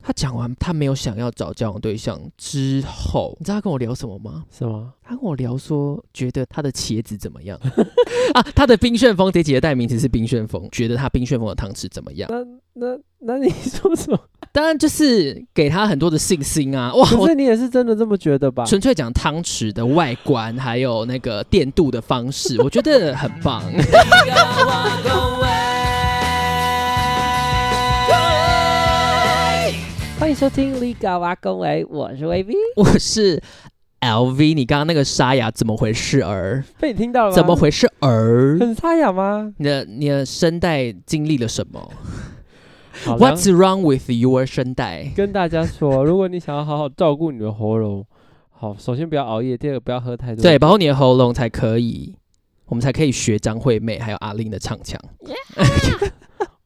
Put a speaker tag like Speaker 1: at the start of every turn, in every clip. Speaker 1: 他讲完他没有想要找交往对象之后，你知道他跟我聊什么吗？
Speaker 2: 是吗？
Speaker 1: 他跟我聊说，觉得他的茄子怎 么样啊？他的冰旋风这集的代名词是冰旋风，觉得他冰旋风的汤匙怎么样？
Speaker 2: 那那那你 说什么？
Speaker 1: 当然就是给他很多的信心啊！哇，
Speaker 2: 可
Speaker 1: 哦我
Speaker 2: 是你也是真的这么觉得吧？
Speaker 1: 纯粹讲汤匙的外观，还有那个电镀的方 式，我觉得很棒。
Speaker 2: 欢迎收听《立搞哇恭维》，哎我是 VB，
Speaker 1: 我是 LV，你刚刚那个沙哑怎么回事儿？
Speaker 2: 被你听到了吗？
Speaker 1: 怎么？回事儿？
Speaker 2: 很沙哑吗？
Speaker 1: 你的你的声带经历了什么
Speaker 2: 好了
Speaker 1: ？What's wrong with your 声带？
Speaker 2: 跟大家说，如果你想要好好照顾你的喉咙，好，首先不要熬夜，第二个不要喝太多。
Speaker 1: 对，，保护你的喉咙才可以，我们才可以学张惠妹还有阿令的唱腔。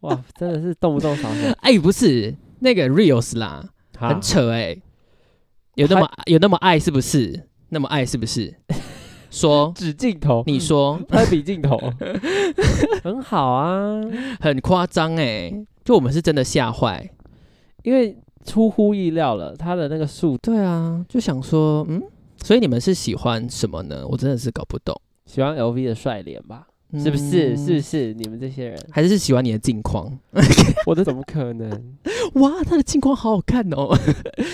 Speaker 2: 哇，真的是动不动嗓子。
Speaker 1: 哎、不是那个 reels 啦，
Speaker 2: 好
Speaker 1: 很，扯哎、有那么有那么爱是不是？那么爱是不是？ 说
Speaker 2: 指镜头，
Speaker 1: 你说
Speaker 2: 拍比镜 头，很好啊，
Speaker 1: 很夸张哎，就我们是真的吓坏。
Speaker 2: 因为出乎意料了，他的那个速度。
Speaker 1: 对啊，就想说嗯，所以你们是喜欢什么呢？我真的是搞不懂，
Speaker 2: 喜欢 LV 的帅脸吧？是不是？
Speaker 1: 嗯
Speaker 2: 是不是？你们这些人，
Speaker 1: 还是是喜欢你的镜框？
Speaker 2: 我的怎么 可能？
Speaker 1: 哇，他的镜框好好看哦！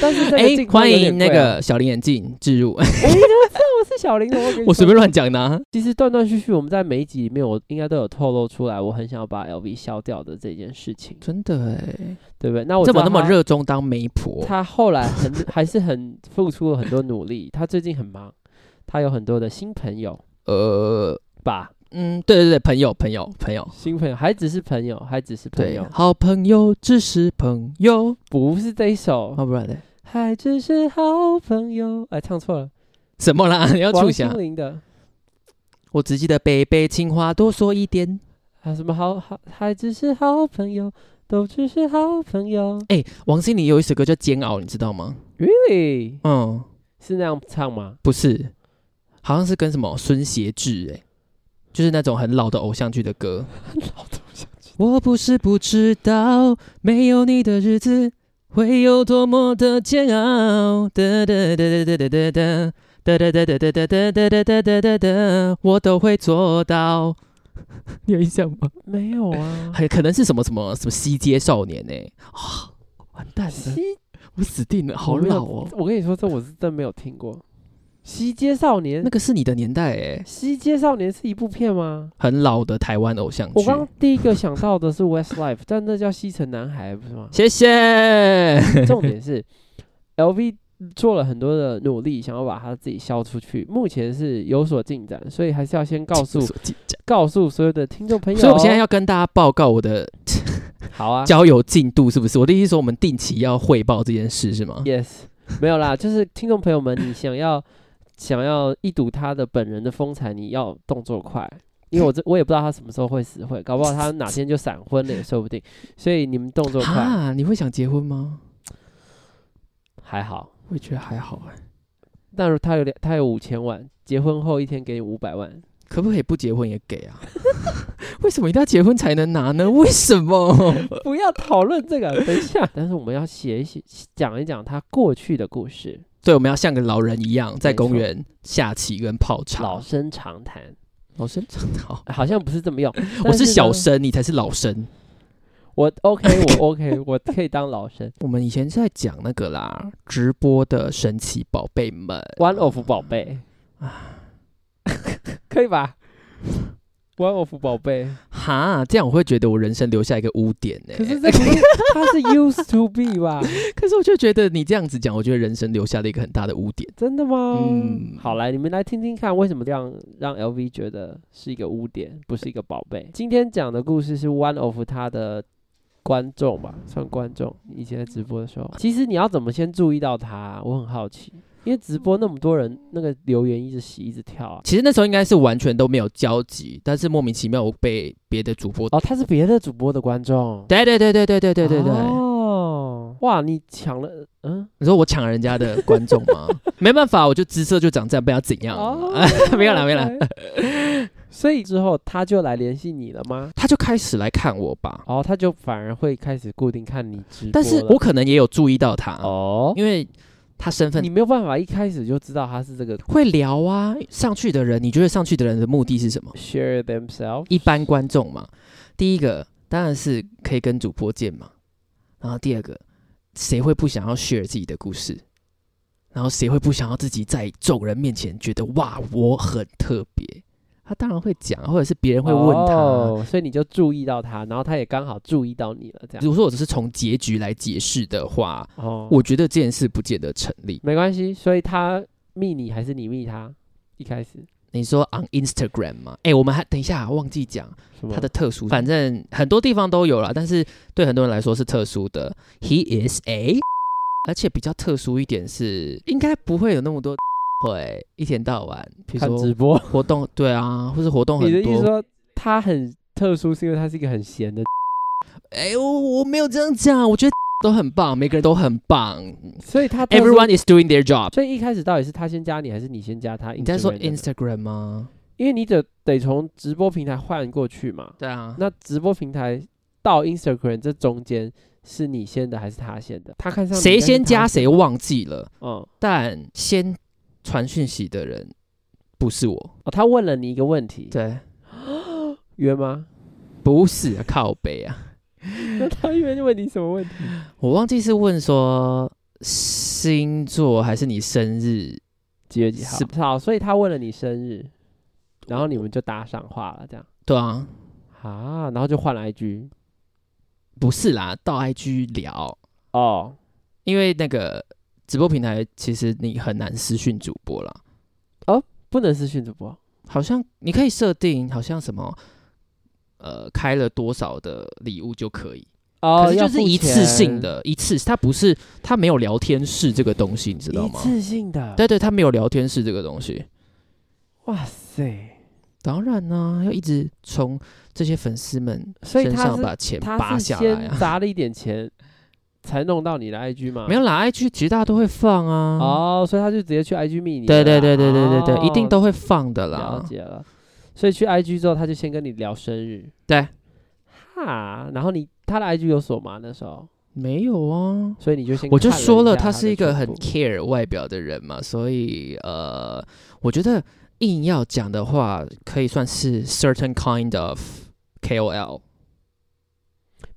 Speaker 2: 但是这
Speaker 1: 哎、
Speaker 2: 个镜头
Speaker 1: 欢
Speaker 2: 有点
Speaker 1: 迎那
Speaker 2: 贵啊，
Speaker 1: 个小林眼镜置 入，
Speaker 2: 我是小林的，我跟你
Speaker 1: 我随
Speaker 2: 说
Speaker 1: 便乱讲的、啊。
Speaker 2: 其实断断续续，我们在每一集里面，我应该都有透露出来，我很想要把 LV 消掉的这件事情，
Speaker 1: 真的哎，
Speaker 2: 对不对？那我
Speaker 1: 怎么
Speaker 2: 知
Speaker 1: 那
Speaker 2: 道
Speaker 1: 么
Speaker 2: 他？
Speaker 1: 热衷当媒婆？
Speaker 2: 他后来很还是很付出了很多努力，他最近很忙，他有很多的新朋友
Speaker 1: 呃，
Speaker 2: 吧，
Speaker 1: 嗯，对对对，朋友朋友朋友，
Speaker 2: 新朋友还只是朋友，还只是朋
Speaker 1: 对
Speaker 2: 友，，
Speaker 1: 好朋友只是朋友，
Speaker 2: 不是这一首，
Speaker 1: 哦，不然嘞，
Speaker 2: 还只是好朋友，哎，唱错了，
Speaker 1: 什么啦？你 要
Speaker 2: 王
Speaker 1: 触
Speaker 2: 心
Speaker 1: 想？
Speaker 2: 凌的。
Speaker 1: 我只记得北北青花多说一点。
Speaker 2: 还有啊什么好好，还只是好朋友，都只是好朋友。
Speaker 1: 哎，王心凌有一首歌叫《煎熬》，你知道吗？
Speaker 2: Really
Speaker 1: 嗯，
Speaker 2: 是那样唱吗？
Speaker 1: 不是，好像是跟什么孙协志哎，就是那种很老的偶像剧的 歌。
Speaker 2: 老头想起
Speaker 1: 我不是不知道，没有你的日子会有多么的煎熬。哒哒哒哒哒哒哒哒哒哒哒哒哒哒哒哒哒哒哒哒，我都会做到。 你有印象吗？，
Speaker 2: 没有啊
Speaker 1: 很可能是什么什么什么西街少年呢、啊、完蛋了，
Speaker 2: 西
Speaker 1: 我死定了，好
Speaker 2: 我没有
Speaker 1: 老哦。
Speaker 2: 我跟你说，这我是真没有听过。西街少年，
Speaker 1: 那个是你的年代哎、
Speaker 2: 西街少年是一部片吗？
Speaker 1: 很老的台湾偶像剧？
Speaker 2: 我。刚第一个想到的是 Westlife，但那叫西城男孩，不是吗
Speaker 1: 谢谢。
Speaker 2: 重点是 LV 做了很多的努力，想要把它自己消出去，目前是有所进展，所以还是要 先告诉
Speaker 1: 所以
Speaker 2: 告诉所有的听众朋友。
Speaker 1: 我现在要跟大家报告我的
Speaker 2: 好啊
Speaker 1: 交友进度是不是？我的意思说，我们定期要汇报这件事是吗？
Speaker 2: Yes，没有啦，就是听众朋友们，你想要想要一睹他的本人的风采，你要动作快，因为我这 我也不知道他什么时候会死会，搞不好他哪天就闪婚了也说不定，所以你们动作快
Speaker 1: 啊，你会想结婚吗？
Speaker 2: 还好。
Speaker 1: 我也觉得还好哎、
Speaker 2: 但如他有两，他有五千万，结婚后一天给你五百万，
Speaker 1: 可不可以不结婚也给啊？ 为什么一定要结婚才能拿呢？为什么？
Speaker 2: 不要讨论这个，等一下。 但是我们要写一写，讲一讲他过去的故事，
Speaker 1: 对，我们要像个老人一样，在
Speaker 2: 没错
Speaker 1: 公园下棋跟泡茶。
Speaker 2: 老生常谈，
Speaker 1: 老生长好，
Speaker 2: 好像不是这么用。
Speaker 1: 我
Speaker 2: 但
Speaker 1: 是
Speaker 2: 是
Speaker 1: 小
Speaker 2: 呢，
Speaker 1: 生，你才是老生。
Speaker 2: 我 OK，我 OK，我可以当老生。
Speaker 1: 我们以前是在讲那个啦，直播的神奇宝贝们。
Speaker 2: One of 宝贝， 可以吧？One of 宝贝，
Speaker 1: 哈，这样我会觉得我人生留下一个污点呢、
Speaker 2: 可是 这不是它是 used to be 吧？
Speaker 1: 可是我就觉得你这样子讲，我觉得人生留下了一个很大的污点。
Speaker 2: 真的吗？
Speaker 1: 嗯
Speaker 2: 好，来你们来听听看，为什么让让 LV 觉得是一个污点，不是一个宝贝？今天讲的故事是 One of 他的观众吧，算观众。以前在直播的时候，其实你要怎么先注意到他？我很好奇，因为直播那么多人，那个留言一直洗，一直跳啊。
Speaker 1: 其实那时候应该是完全都没有交集，但是莫名其妙我被别的主播，
Speaker 2: 哦，他是别的主播的观众。
Speaker 1: 对对对对对对对对对，
Speaker 2: 哦，哇，你抢了，嗯，
Speaker 1: 你说我抢人家的观 众吗？没办法，我就姿色就长这样，不要怎样。
Speaker 2: 哦
Speaker 1: 没有啦没有啦。
Speaker 2: 所以之后他就来联系你了吗？
Speaker 1: 他就开始来看我吧。
Speaker 2: 哦，他就反而会开始固定看你直播了，
Speaker 1: 但是我可能也有注意到他，
Speaker 2: 哦，
Speaker 1: 因为他身份
Speaker 2: 你没有办法一开始就知道他是这个
Speaker 1: 会聊啊。上去的人，你觉得上去的人的目的是什么？
Speaker 2: share themselves
Speaker 1: 一般观众嘛，第一个当然是可以跟主播见嘛，然后第二个，谁会不想要 share 自己的故事？然后谁会不想要自己在众人面前觉得哇我很特别？他当然会讲，或者是别人会问他。
Speaker 2: 哦所以你就注意到他，然后他也刚好注意到你了，这
Speaker 1: 如
Speaker 2: 样
Speaker 1: 果说我只是从结局来解释的话，
Speaker 2: 哦，
Speaker 1: 我觉得这件事不见得成立。
Speaker 2: 没关系，所以他密你还是你密他？一开始
Speaker 1: 你说 on Instagram 吗？哎、我们还等一下忘记讲，
Speaker 2: 什么
Speaker 1: 它的特殊，反正很多地方都有啦，但是对很多人来说是特殊的。He is a，而 且比较特殊一点是，应该不会有那么多 会一天到晚，比
Speaker 2: 看
Speaker 1: 如
Speaker 2: 直
Speaker 1: 说
Speaker 2: 播，
Speaker 1: 活动，对啊，或是活动
Speaker 2: 你的
Speaker 1: 很
Speaker 2: 意思
Speaker 1: 多。
Speaker 2: 说他很特殊，是因为他是一个很闲的，
Speaker 1: 哎呦，我没有这样讲，我觉得 都很棒，每个人都很棒
Speaker 2: 所以他特殊
Speaker 1: ，Everyone is doing their job。
Speaker 2: 所以一开始到底是他先加你，还是你先加他？
Speaker 1: 你在说
Speaker 2: Instagram 的
Speaker 1: Instagram 吗？
Speaker 2: 因为你得得从直播平台换过去嘛。
Speaker 1: 对啊，
Speaker 2: 那直播平台到 Instagram 这中间是你先的还是他先的？他看上你
Speaker 1: 谁先
Speaker 2: 应该
Speaker 1: 加
Speaker 2: 是他
Speaker 1: 谁忘记了，
Speaker 2: 嗯，
Speaker 1: 但先传讯息的人不是我，
Speaker 2: 哦，他问了你一个问题，
Speaker 1: 对，
Speaker 2: 约吗？
Speaker 1: 不是啊靠北啊。
Speaker 2: 那他约问你什么问题？
Speaker 1: 我忘记是问说星座还是你生日，
Speaker 2: 几月几号？
Speaker 1: 是
Speaker 2: 好，所以他问了你生日，然后你们就搭上话了，这样
Speaker 1: 对啊，
Speaker 2: 啊，然后就换了 IG
Speaker 1: 不是啦，到 IG 聊，
Speaker 2: 哦，
Speaker 1: 因为那个直播平台其实你很难私讯主播啦，
Speaker 2: 不能私讯主播
Speaker 1: 好像你可以设定好像什么。呃，开了多少的礼物就可以，
Speaker 2: 哦，
Speaker 1: 可是
Speaker 2: 要
Speaker 1: 就是
Speaker 2: 付
Speaker 1: 一次性
Speaker 2: 钱，
Speaker 1: 的，一次，它不是，它没有聊天室这个东西，你知道
Speaker 2: 一
Speaker 1: 吗？
Speaker 2: 次性的，
Speaker 1: 对对，它没有聊天室这个东西。
Speaker 2: 哇塞，
Speaker 1: 当然呢、要一直从这些粉丝们
Speaker 2: 所以
Speaker 1: 身
Speaker 2: 他
Speaker 1: 上
Speaker 2: 是
Speaker 1: 把钱
Speaker 2: 他
Speaker 1: 扒
Speaker 2: 是
Speaker 1: 下来
Speaker 2: 先
Speaker 1: 啊。
Speaker 2: 砸了一点钱才弄到你的 IG 吗？
Speaker 1: 没有啦，IG 其实大家都会放啊。
Speaker 2: 嗯哦，所以他就直接去 IG 密你了啦，
Speaker 1: 对对对对对对对，
Speaker 2: 哦
Speaker 1: 一定都会放的
Speaker 2: 了
Speaker 1: 啦。
Speaker 2: 解了。所以去 IG 之后，他就先跟你聊生日，
Speaker 1: 对，
Speaker 2: 哈，然后你他的 IG 有锁吗？那时候，
Speaker 1: 没有啊，
Speaker 2: 所以你就先
Speaker 1: 我就
Speaker 2: 看了
Speaker 1: 说
Speaker 2: 一
Speaker 1: 了，
Speaker 2: 下
Speaker 1: 他
Speaker 2: 他
Speaker 1: 是
Speaker 2: 的
Speaker 1: 一个
Speaker 2: 全
Speaker 1: 很
Speaker 2: 部
Speaker 1: care 外表的人嘛，所以呃，我觉得硬要讲的话，可以算是 certain kind of KOL，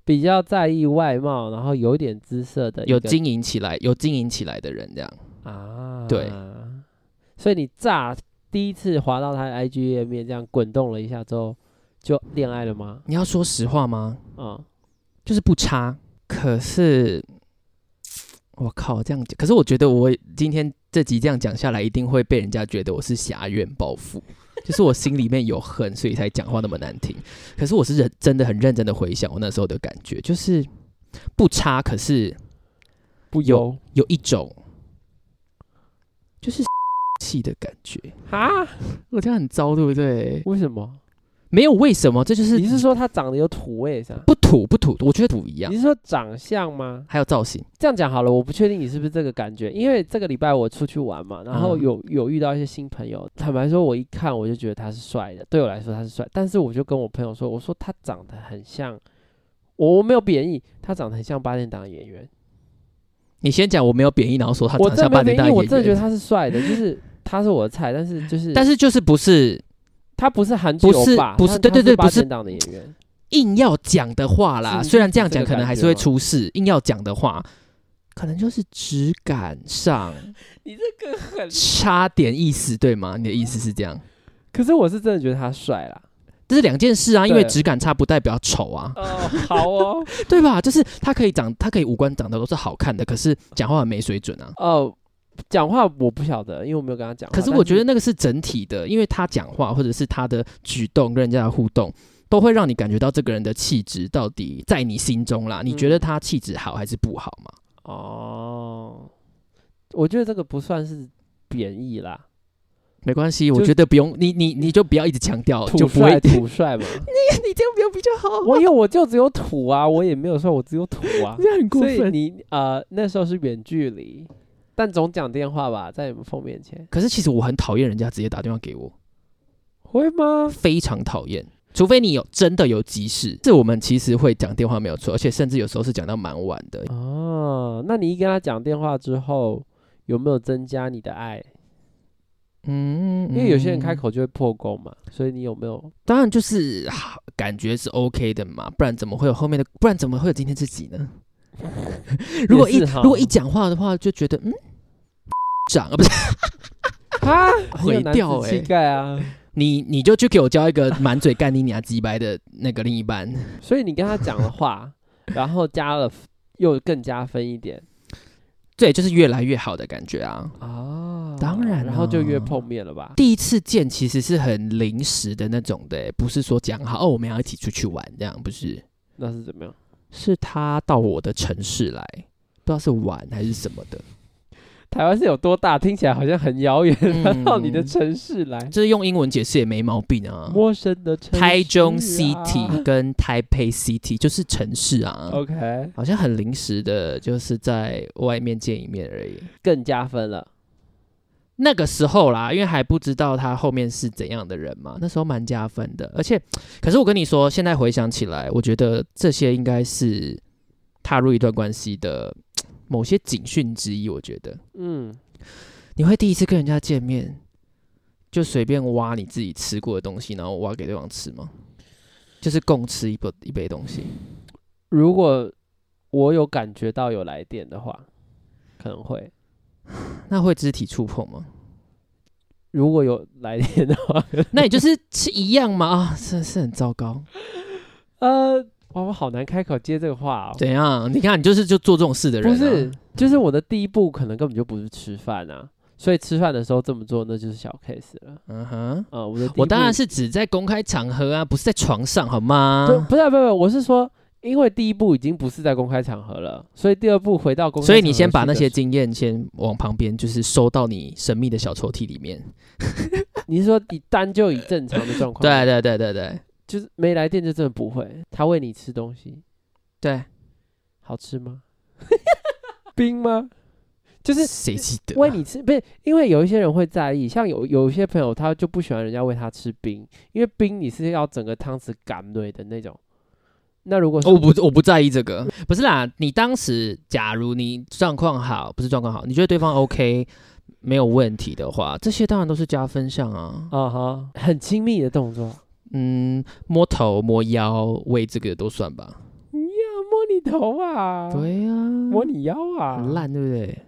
Speaker 2: 比较在意外貌，然后有点姿色的一
Speaker 1: 有
Speaker 2: 个
Speaker 1: 经营起来，有经营起来的人这样。
Speaker 2: 啊，
Speaker 1: 对。
Speaker 2: 所以你乍第一次滑到他的 IG 页面，这样滚动了一下之后，就恋爱了吗？
Speaker 1: 你要说实话吗？
Speaker 2: 啊、
Speaker 1: 就是不差，可是我靠，这样讲，可是我觉得我今天这集这样讲下来，一定会被人家觉得我是狭怨报复， 就是我心里面有恨，所以才讲话那么难听。可是我是认真的很认真的回想我那时候的感觉，就是不差，可是
Speaker 2: 不
Speaker 1: 有
Speaker 2: 油
Speaker 1: 有一种就是 气的感觉。
Speaker 2: 啊？
Speaker 1: 我这样很糟，对不对？
Speaker 2: 为什么？
Speaker 1: 没有为什么，这就是
Speaker 2: 你是说他长得有土味是吧？
Speaker 1: 不土不土，我觉得土一样
Speaker 2: 你，是说长相吗？
Speaker 1: 还有造型。
Speaker 2: 这样讲好了，我不确定你是不是这个感觉，因为这个礼拜我出去玩嘛，然后
Speaker 1: 嗯
Speaker 2: 有有遇到一些新朋友。坦白说，我一看我就觉得他是帅的，对我来说他是帅，但是我就跟我朋友说，我说他长得很像，我我没有贬义，他长得很像八点档的演员，
Speaker 1: 你先讲，我没有贬义，然后说他长
Speaker 2: 我真
Speaker 1: 相
Speaker 2: 的
Speaker 1: 八
Speaker 2: 没
Speaker 1: 点
Speaker 2: 有贬
Speaker 1: 档
Speaker 2: 义，
Speaker 1: 演
Speaker 2: 我
Speaker 1: 员，
Speaker 2: 真的觉得他是帅的，就是他是我的菜，但是就是，
Speaker 1: 但
Speaker 2: 是
Speaker 1: 是就是不是
Speaker 2: 他不是韩剧
Speaker 1: 不是
Speaker 2: 欧巴，
Speaker 1: 不是
Speaker 2: 他
Speaker 1: 对对对
Speaker 2: 他
Speaker 1: 不
Speaker 2: 是
Speaker 1: 是
Speaker 2: 八点档的演员，
Speaker 1: 硬要讲的话啦，
Speaker 2: 是
Speaker 1: 虽然这样
Speaker 2: 是这
Speaker 1: 讲
Speaker 2: 个
Speaker 1: 可能还是
Speaker 2: 感
Speaker 1: 会
Speaker 2: 觉吗
Speaker 1: 出事，硬要讲的话，可能就是质感上
Speaker 2: 你这个很，
Speaker 1: 差点意思，对吗？你的意思是这样？
Speaker 2: 可是我是真的觉得他帅啦。
Speaker 1: 这是两件事啊，
Speaker 2: 对
Speaker 1: 因为质感差不代表丑啊，
Speaker 2: 哦，好哦，
Speaker 1: 对吧？就是他可以长，他可以五官长得都是好看的，可是讲话很没水准啊。
Speaker 2: 哦，讲话我不晓得，因为我没有跟他讲话。
Speaker 1: 可是
Speaker 2: 但
Speaker 1: 我觉得那个是整体的，因为他讲话或者是他的举动跟人家的互动，都会让你感觉到这个人的气质到底在你心中啦。你觉得他气质好还是不好嘛？
Speaker 2: 哦，我觉得这个不算是贬义啦，
Speaker 1: 没关系，
Speaker 2: 就
Speaker 1: 我觉得不用你你你就不要一直强调，哦就
Speaker 2: 土
Speaker 1: 不会
Speaker 2: 帅
Speaker 1: 你
Speaker 2: 土帅嘛。
Speaker 1: 这样不要比较好，
Speaker 2: 我因为我就只有土啊，我也没有说我只有土啊
Speaker 1: 这样很过
Speaker 2: 所以
Speaker 1: 分。
Speaker 2: 你呃那时候是远距离，但总讲电话吧，在你们碰面前
Speaker 1: 可是其实我很讨厌人家直接打电话给我，
Speaker 2: 会吗？
Speaker 1: 非常讨厌。除非你有真的有急事，这我们其实会讲电话没有错，而且甚至有时候是讲到蛮晚的。
Speaker 2: 哦，那你一跟他讲电话之后，有没有增加你的爱？
Speaker 1: 嗯，
Speaker 2: 因为有些人开
Speaker 1: 嗯，
Speaker 2: 口就会破功嘛，所以你有没有？
Speaker 1: 当然就是、啊感觉是 OK 的嘛，不然怎么会有后面的？不然怎么会有今天自己呢？如果一
Speaker 2: 也是哈
Speaker 1: 如果一讲话的话，就觉得嗯， 长啊不是
Speaker 2: 啊，
Speaker 1: 毁掉
Speaker 2: 哎、
Speaker 1: 欸
Speaker 2: 气概啊！
Speaker 1: 你你就去给我交一个满嘴干你娘鸡掰的那个另一半，
Speaker 2: 所以你跟他讲 的话，然后加了又更加分一点
Speaker 1: 对，就是越来越好的感觉啊。
Speaker 2: 啊
Speaker 1: 当然
Speaker 2: 然后就约
Speaker 1: 啊
Speaker 2: 碰面了吧？
Speaker 1: 第一次见其实是很临时的那种的，欸不是说讲好哦，我们要一起出去玩这样，不是？
Speaker 2: 那是怎么样？
Speaker 1: 是他到我的城市来，不知道是玩还是什么的，
Speaker 2: 台湾是有多大？听起来好像很遥远，
Speaker 1: 嗯
Speaker 2: 他到你的城市来，
Speaker 1: 就是用英文解释也没毛病啊。
Speaker 2: 陌生的城市、啊。
Speaker 1: 台中 City 跟台北 City 就是城市啊，
Speaker 2: OK，
Speaker 1: 好像很临时的，就是在外面见一面而已。
Speaker 2: 更加分了。
Speaker 1: 那个时候啦，因为还不知道他后面是怎样的人嘛，那时候蛮加分的。而且，可是我跟你说，现在回想起来，我觉得这些应该是踏入一段关系的某些警讯之一。我觉得
Speaker 2: 嗯，
Speaker 1: 你会第一次跟人家见面，就随便挖你自己吃过的东西，然后挖给对方吃吗？就是共吃一杯一杯东西，
Speaker 2: 如果我有感觉到有来电的话，可能会。
Speaker 1: 那会肢体触碰吗？
Speaker 2: 如果有来电的话，
Speaker 1: 那也就是吃一样嘛啊，是是很糟糕。
Speaker 2: 呃，哇，我好难开口接这个话哦。
Speaker 1: 怎样？你看你就是就做这种事的人、啊
Speaker 2: 不是，，就是我的第一步可能根本就不是吃饭啊，所以吃饭的时候这么做那就是小 case 了。
Speaker 1: 嗯哼。
Speaker 2: 啊、我的第一
Speaker 1: 我当然
Speaker 2: 步
Speaker 1: 是指在公开场合啊，不是在床上好
Speaker 2: 不
Speaker 1: 吗？
Speaker 2: 不是、啊、不是、啊，我是说，因为第一步已经不是在公开场合了，所以第二步回到公开场合
Speaker 1: 所以你先把那些
Speaker 2: 去的
Speaker 1: 经验先往旁边，就是收到你神秘的小抽屉里 面。
Speaker 2: 时候，你是说以单就以正常的状况，
Speaker 1: 对，对对对对
Speaker 2: 就是没来电就真的不会，他喂你吃东西，
Speaker 1: 对，
Speaker 2: 好 吃吗？冰吗？就是
Speaker 1: 谁记得啊？
Speaker 2: 喂你吃，不是因为有一些人会在意，像有有一些朋友他就不喜欢人家喂他吃冰，因为冰你是要整个汤匙赶对的那种。那如果是
Speaker 1: 哦我不我不在意这个，不是啦。你当时假如你状况好，不是状况好，你觉得对方 OK 没有问题的话，这些当然都是加分项啊。
Speaker 2: 啊哈、很亲密的动作，
Speaker 1: 嗯，摸头、摸腰、喂这个都算吧。
Speaker 2: 摸你头啊，，
Speaker 1: 对啊，
Speaker 2: 摸你腰啊，
Speaker 1: 很烂，对不对？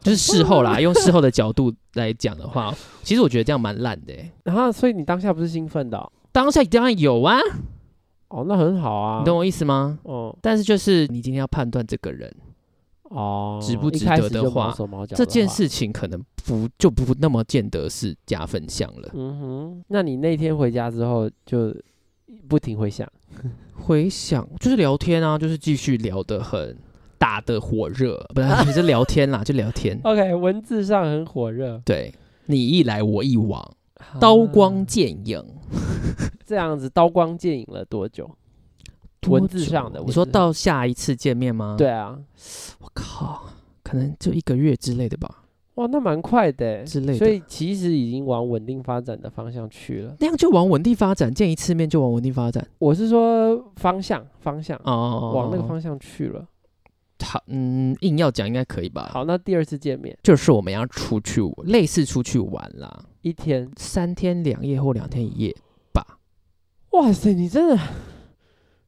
Speaker 1: 就是事后啦， 用事后的角度来讲的话，其实我觉得这样蛮烂的欸、
Speaker 2: 然后，所以你当下不是兴奋的哦？
Speaker 1: 当下当然有啊，
Speaker 2: 哦那很好啊。
Speaker 1: 你懂我意思吗？
Speaker 2: 哦
Speaker 1: 但是就是你今天要判断这个人
Speaker 2: 哦，
Speaker 1: 值不
Speaker 2: 一
Speaker 1: 值
Speaker 2: 开
Speaker 1: 得
Speaker 2: 始
Speaker 1: 的
Speaker 2: 就
Speaker 1: 话
Speaker 2: 毛手毛脚
Speaker 1: 这
Speaker 2: 的
Speaker 1: 件
Speaker 2: 话，
Speaker 1: 事情，可能不就不那么见得是加分项了。
Speaker 2: 嗯哼，那你那天回家之后就不停回想，
Speaker 1: 回想就是聊天啊，就是继续聊得很打得火热，不是就是聊天啦，就聊天。
Speaker 2: OK，文字上很火热，
Speaker 1: 对你一来我一往，刀光
Speaker 2: 啊
Speaker 1: 剑影。
Speaker 2: 这样子刀光剑影了多久？
Speaker 1: 多
Speaker 2: 文字
Speaker 1: 久
Speaker 2: 上的文
Speaker 1: 你说
Speaker 2: 字上
Speaker 1: 到下一次见面吗？
Speaker 2: 对啊，
Speaker 1: 我靠，可能就一个月之类的吧，
Speaker 2: 哇，那蛮快的欸，
Speaker 1: 之类的
Speaker 2: 所以其实已经往稳定发展的方向去了。
Speaker 1: 那样就往稳定发展，见一次面就往稳定发展。
Speaker 2: 我是说方向，方向，
Speaker 1: 哦，
Speaker 2: 往那个方向去了。
Speaker 1: 好，嗯，硬要讲应该可以吧？，
Speaker 2: 好，那第二次见面
Speaker 1: 就是我们要出去，类似出去玩啦，
Speaker 2: 一天，
Speaker 1: 三天两夜或两天一夜吧，
Speaker 2: 哇塞，你真的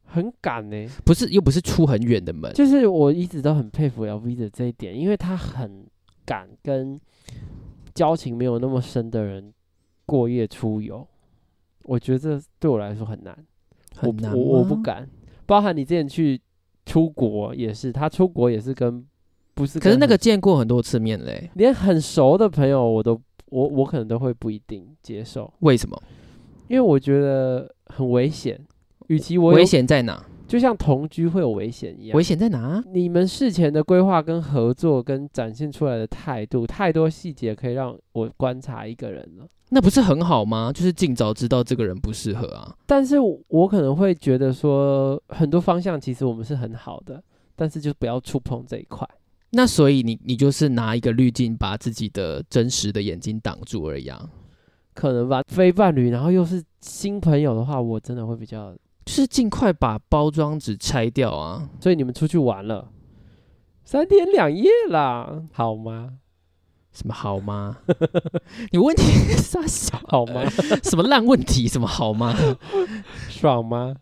Speaker 2: 很敢呢、
Speaker 1: 不是又不是出很远的门，
Speaker 2: 就是我一直都很佩服 LV 的这一点，因为他很敢跟交情没有那么深的人过夜出游。我觉得这对我来说很难，
Speaker 1: 很难
Speaker 2: 我我我
Speaker 1: 吗
Speaker 2: 不。敢。包含你之前去出国也是，他出国也是跟不是跟很，
Speaker 1: 可是那个见过很多次面嘞，
Speaker 2: 连很熟的朋友我都我我可能都会不一定接受，
Speaker 1: 为什么？
Speaker 2: 因为我觉得很危险。与其我有
Speaker 1: 危险在哪？
Speaker 2: 就像同居会有危险一样
Speaker 1: 危，险在哪？
Speaker 2: 你们事前的规划跟合作跟展现出来的态度，太多细节可以让我观察一个人了。
Speaker 1: 那不是很好吗？就是尽早知道这个人不适合啊。
Speaker 2: 但是我我可能会觉得说，很多方向其实我们是很好的，但是就不要触碰这一块。
Speaker 1: 那所以你你就是拿一个滤镜把自己的真实的眼睛挡住而已啊。
Speaker 2: 可能吧，非伴侣，然后又是新朋友的话，我真的会比较。
Speaker 1: 就是尽快把包装纸拆掉啊！
Speaker 2: 所以你们出去玩了三天两夜啦，好吗？
Speaker 1: 什么好吗？ 你问题 傻小，
Speaker 2: 好吗？
Speaker 1: 什么烂问题？什么好吗？
Speaker 2: 爽吗？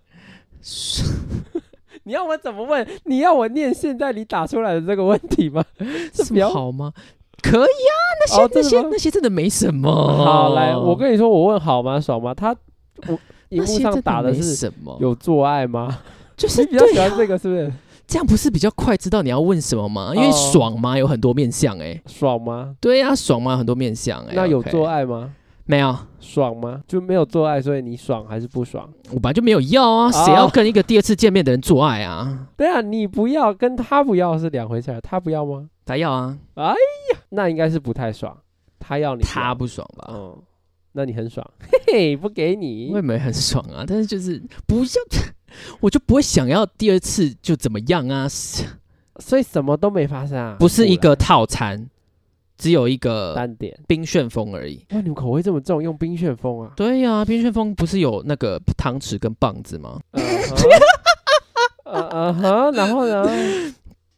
Speaker 2: 你要我怎么问？你要我念现在你打出来的这个问题吗？ 这
Speaker 1: 什
Speaker 2: 比较
Speaker 1: 么好吗？可以啊，那些、那
Speaker 2: 哦真的
Speaker 1: 些
Speaker 2: 吗
Speaker 1: 那些真的没什么。
Speaker 2: 好，来，我跟你说，我问好吗？爽吗？他我
Speaker 1: 那
Speaker 2: 荧幕
Speaker 1: 些
Speaker 2: 上
Speaker 1: 真
Speaker 2: 打的
Speaker 1: 没
Speaker 2: 是
Speaker 1: 什么，
Speaker 2: 有做 爱吗？
Speaker 1: 就是
Speaker 2: 你比较
Speaker 1: 对
Speaker 2: 喜欢
Speaker 1: 啊，
Speaker 2: 这个是不是？
Speaker 1: 这样不是比较快知道你要问什么吗？因为
Speaker 2: 哦
Speaker 1: 爽嘛有很多面向哎、
Speaker 2: 爽吗？
Speaker 1: 对呀、爽嘛有很多面向哎、
Speaker 2: 那有
Speaker 1: OK
Speaker 2: 做爱吗？
Speaker 1: 没有？
Speaker 2: 爽吗？就没有做爱，所以你爽还是不爽？
Speaker 1: 我本来就没有要啊，谁要跟一个第二次见面的人做爱啊？
Speaker 2: 对啊，你不要跟他不要是两回事儿，他不要吗？
Speaker 1: 他要啊，
Speaker 2: 哎呀，那应该是不太爽。他要你不
Speaker 1: 他
Speaker 2: 要，
Speaker 1: 不爽吧？
Speaker 2: 嗯，那你很 爽，嘿嘿，不给你
Speaker 1: 我也。没很爽啊，但是就是不要， 我就不会想要第二次就怎么样啊？是
Speaker 2: 所以什么都没发生啊，
Speaker 1: 不是一
Speaker 2: 果
Speaker 1: 个套餐，只有一
Speaker 2: 然
Speaker 1: 个
Speaker 2: 单点。
Speaker 1: 冰旋风而已。
Speaker 2: 哇，你们口味这么重，用冰旋风啊？
Speaker 1: 对呀、冰旋风不是有那个汤匙跟棒子吗？
Speaker 2: 嗯哼嗯嗯哼，然后 呢？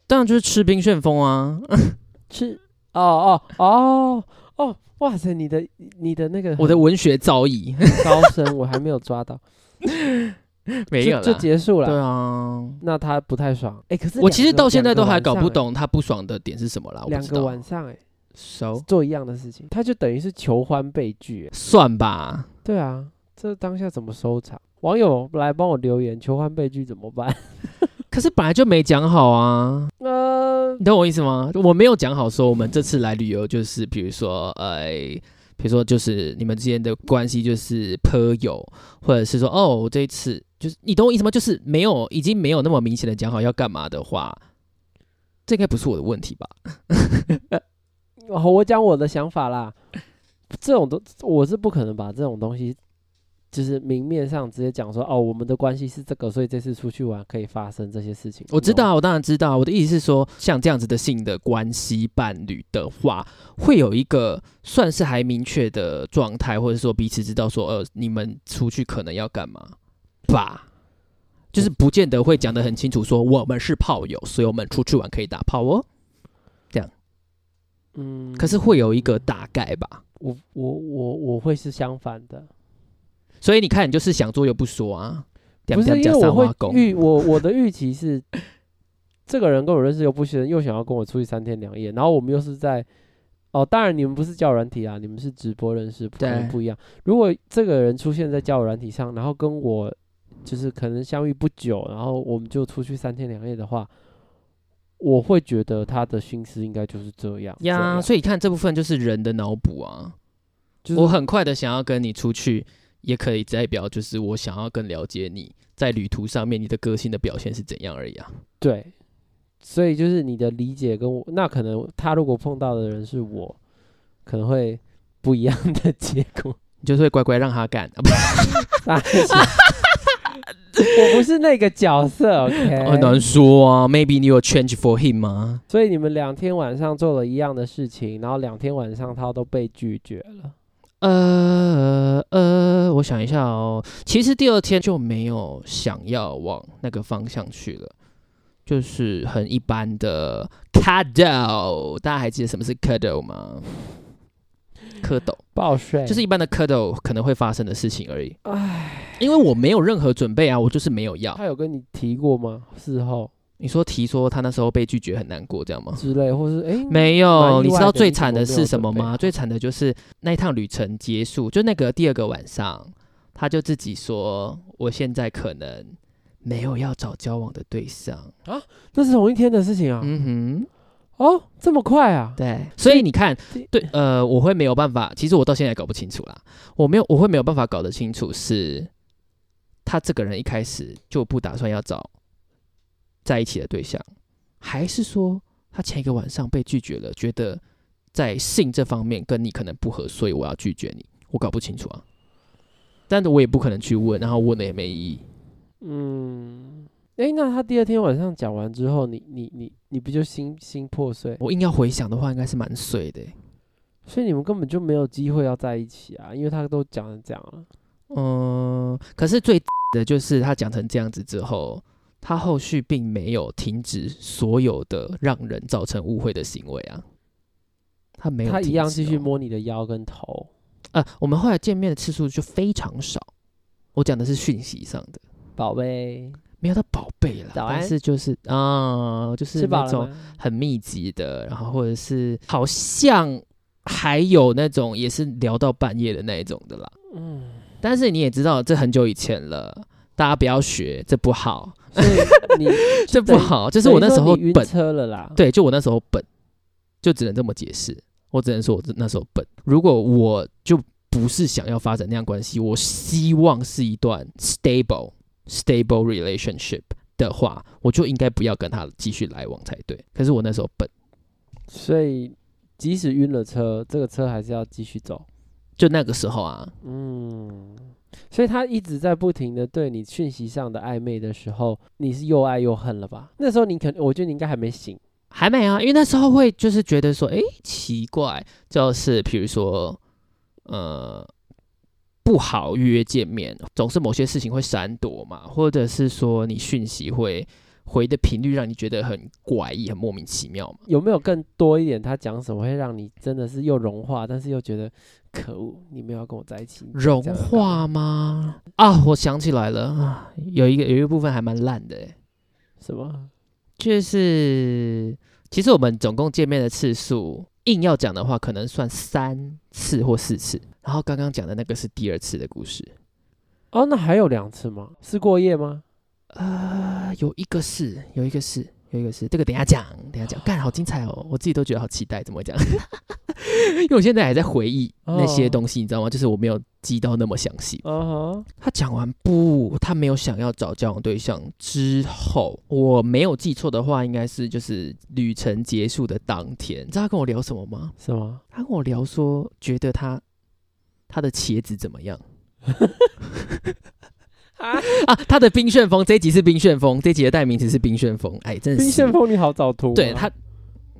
Speaker 1: 当然就是吃冰旋风啊！
Speaker 2: 嗯吃哦哦哦哦，哇塞，你的你的那个
Speaker 1: 我的文学造 诣
Speaker 2: 高深我还没有抓 到，
Speaker 1: 没有
Speaker 2: 就就
Speaker 1: 啦。
Speaker 2: 结束
Speaker 1: 对
Speaker 2: 了。
Speaker 1: 啊，
Speaker 2: 那他不太爽，哎，可是
Speaker 1: 我其实
Speaker 2: 两个
Speaker 1: 到现在
Speaker 2: 两个
Speaker 1: 都还
Speaker 2: 晚
Speaker 1: 搞不
Speaker 2: 上欸
Speaker 1: 懂他不爽的点是什么啦。我不
Speaker 2: 两
Speaker 1: 知
Speaker 2: 个
Speaker 1: 道。
Speaker 2: 晚上哎，
Speaker 1: 熟
Speaker 2: 做一样的事情，他就等于是求欢被拒。哎
Speaker 1: 算吧，
Speaker 2: 对啊，这当下怎么收场？网友来帮我留言，求欢被拒怎么办？
Speaker 1: 可是本来就没讲好啊，
Speaker 2: 呃
Speaker 1: 你，懂我意思吗？我没有讲好说我们这次来旅游就是，比如说，呃，比如说就是你们之间的关系就是朋友，或者是说哦，我这一次就是你懂我意思吗？就是没有已经没有那么明显的讲好要干嘛的话，这应该不是我的问题吧？
Speaker 2: 好，我讲我的想法啦。这种东，我是不可能把这种东西，就是明面上直接讲说，哦，我们的关系是这个，所以这次出去玩可以发生这些事情。
Speaker 1: 我知
Speaker 2: 你懂吗，
Speaker 1: 道，我当然知道。我的意思是说，像这样子的性的关系伴侣的话，会有一个算是还明确的状态，或者说彼此知道说，呃，你们出去可能要干嘛吧。就是不见得会讲得很清楚，说我们是炮友，所以我们出去玩可以打炮哦。
Speaker 2: 嗯，
Speaker 1: 可是会有一个大概吧。
Speaker 2: 我我我我会是相反的，
Speaker 1: 所以你看，你就是想做又不说啊，
Speaker 2: 不是
Speaker 1: 点
Speaker 2: 因
Speaker 1: 点
Speaker 2: 为
Speaker 1: 加三
Speaker 2: 我
Speaker 1: 挖
Speaker 2: 会
Speaker 1: 工
Speaker 2: 预我我的预期是，这个人跟我认识又不深，又想要跟我出去三天两夜，然后我们又是在。哦，当然你们不是交友软体啊，你们是直播认识，不可能
Speaker 1: 对
Speaker 2: 不一样。如果这个人出现在交友软体上，然后跟我就是可能相遇不久，然后我们就出去三天两夜的话，我会觉得他的心思应该就是这样这
Speaker 1: 呀。
Speaker 2: 样
Speaker 1: 所以你看这部分就是人的脑补啊。
Speaker 2: 就是
Speaker 1: 我很快的想要跟你出去，也可以代表就是我想要更了解你在旅途上面你的个性的表现是怎样而已啊。
Speaker 2: 对，所以就是你的理解跟我，那可能他如果碰到的人是我，可能会不一样的结果。
Speaker 1: 你就是会乖乖让他干啊，不
Speaker 2: 啊 我不是那个角 色
Speaker 1: 很难
Speaker 2: ，OK。
Speaker 1: 说啊。Maybe 你有 change for him 吗？
Speaker 2: 所以你们两天晚上做了一样的事情，然后两天晚上他都被拒绝了。
Speaker 1: 呃呃，我想一下哦。其实第二天就没有想要往那个方向去了，就是很一般的 cuddle。大家还记得什么是 cuddle 吗？蝌蚪
Speaker 2: 报税
Speaker 1: 就是一般的 cuddle 可能会发生的事情而已。
Speaker 2: 唉，
Speaker 1: 因为我没有任何准备啊，我就是没有要。
Speaker 2: 他有跟你提过吗？事后
Speaker 1: 你说提说他那时候被拒绝很难过，这样吗？
Speaker 2: 之类，或是哎，
Speaker 1: 没
Speaker 2: 蛮意
Speaker 1: 有，
Speaker 2: 外的
Speaker 1: 你知道最惨的是什么
Speaker 2: 你怎么没有准备
Speaker 1: 吗？
Speaker 2: 好
Speaker 1: 最惨的就是那一趟旅程结束，就那个第二个晚上，他就自己说，我现在可能没有要找交往的对象。
Speaker 2: 这是同一天的事情啊。
Speaker 1: 嗯哼，
Speaker 2: 哦，这么快啊？
Speaker 1: 对，所以你看
Speaker 2: 这，
Speaker 1: 对，呃，我会没有办法，其实我到现在也搞不清楚啦，我没有，我会没有办法搞得清楚是，他这个人一开始就不打算要找在一起的对象，还是说他前一个晚上被拒绝了，觉得在性这方面跟你可能不合，所以我要拒绝你，我搞不清楚啊。但我也不可能去问，然后问了也没意义。
Speaker 2: 嗯，哎，那他第二天晚上讲完之后，你你你你不就心心破碎？
Speaker 1: 我硬要回想的话，应该是蛮碎的欸、
Speaker 2: 所以你们根本就没有机会要在一起啊，因为他都讲成这样了。
Speaker 1: 嗯，可是最的就是他讲成这样子之后，他后续并没有停止所有的让人造成误会的行为啊，他没有、哦
Speaker 2: 他一样继续
Speaker 1: 摸。
Speaker 2: 摸你的腰跟头，
Speaker 1: 呃，我们后来见面的次数就非常少。我讲的是讯息上的，
Speaker 2: 宝贝，
Speaker 1: 没有到宝贝了，
Speaker 2: 早安
Speaker 1: 但是就是啊、就是
Speaker 2: 吃饱
Speaker 1: 那
Speaker 2: 了
Speaker 1: 种
Speaker 2: 吗？
Speaker 1: 很密集的，然后或者是好像还有那种也是聊到半夜的那一种的啦。
Speaker 2: 嗯，
Speaker 1: 但是你也知道，这很久以前了，大家不要学，这不好，
Speaker 2: 所 以你
Speaker 1: 这不
Speaker 2: 等于
Speaker 1: 好。就是我那时候
Speaker 2: 等于说你晕
Speaker 1: 本，
Speaker 2: 车了啦。，
Speaker 1: 对，就我那时候笨，就只能这么解释。我只能说我那时候笨。如果我就不是想要发展那样关系，我希望是一段 stable stable relationship 的话，我就应该不要跟他继续来往才对。可是我那时候笨，
Speaker 2: 所以即使晕了车，这个车还是要继续走。
Speaker 1: 就那个时候啊，
Speaker 2: 嗯，所以他一直在不停的对你讯息上的暧昧的时候，你是又爱又恨了吧？那时候你可能，我觉得你应该还没醒。
Speaker 1: 还没啊，因为那时候会就是觉得说，诶，奇怪，就是比如说，呃，不好约见面，总是某些事情会闪躲嘛，或者是说你讯息会回的频率让你觉得很怪异、很莫名其妙嘛。
Speaker 2: 有没有更多一点？他讲什么会让你真的是又融化，但是又觉得可恶，你没有要跟我在一起？你
Speaker 1: 融
Speaker 2: 这样干嘛
Speaker 1: 化吗？啊，我想起来了，啊有一个有一个部分还蛮烂的、诶
Speaker 2: 什么？
Speaker 1: 就是其实我们总共见面的次数，硬要讲的话，可能算三次或四次。然后刚刚讲的那个是第二次的故事，
Speaker 2: 哦，那还有两次吗？是过夜吗？
Speaker 1: 呃，有一个是，有一个是，有一个是，这个等一下讲，等一下讲，干好精彩哦，我自己都觉得好期待，怎么讲？ 因为我现在还在回忆那些
Speaker 2: 哦
Speaker 1: 东西，你知道吗？就是我没有记到那么详细。
Speaker 2: 嗯哼，
Speaker 1: 他讲完不，他没有想要找交往对象之后，我没有记错的话，应该是就是旅程结束的当天，你知道他跟我聊什么吗？
Speaker 2: 什么？
Speaker 1: 他跟我聊说，觉得他他的茄子怎么样
Speaker 2: 啊，
Speaker 1: 啊？他的冰旋风，这一集是冰旋风，这一集的代名词是冰旋风，哎，真的是
Speaker 2: 冰旋风你好啊找图吗。
Speaker 1: 对他，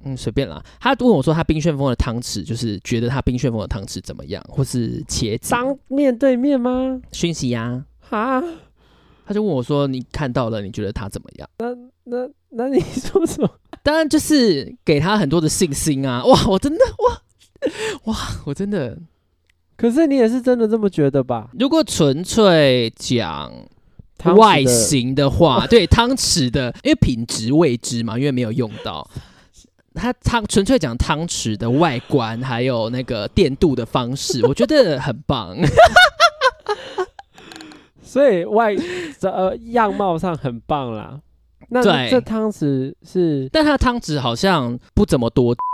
Speaker 1: 嗯，随便啦。他问我说，他冰旋风的汤匙，就是觉得他冰旋风的汤匙怎么样，或是茄子
Speaker 2: 当面对面吗？
Speaker 1: 讯息呀、
Speaker 2: 啊，
Speaker 1: 他就问我说，你看到了，你觉得他怎么样？
Speaker 2: 那那你说什么？
Speaker 1: 当然就是给他很多的信心啊！哇，我真的哇 哇，我真的，
Speaker 2: 可是你也是真的这么觉得吧？
Speaker 1: 如果纯粹讲
Speaker 2: 汤匙的
Speaker 1: 外形的话，对汤匙的，因为品质未知嘛，因为没有用到。他汤纯粹讲汤匙的外观，还有那个电镀的方式，我觉得很棒。
Speaker 2: 所以外这呃样貌上很棒啦。那
Speaker 1: 对
Speaker 2: 这汤匙是
Speaker 1: 但他的汤匙好像不怎么多，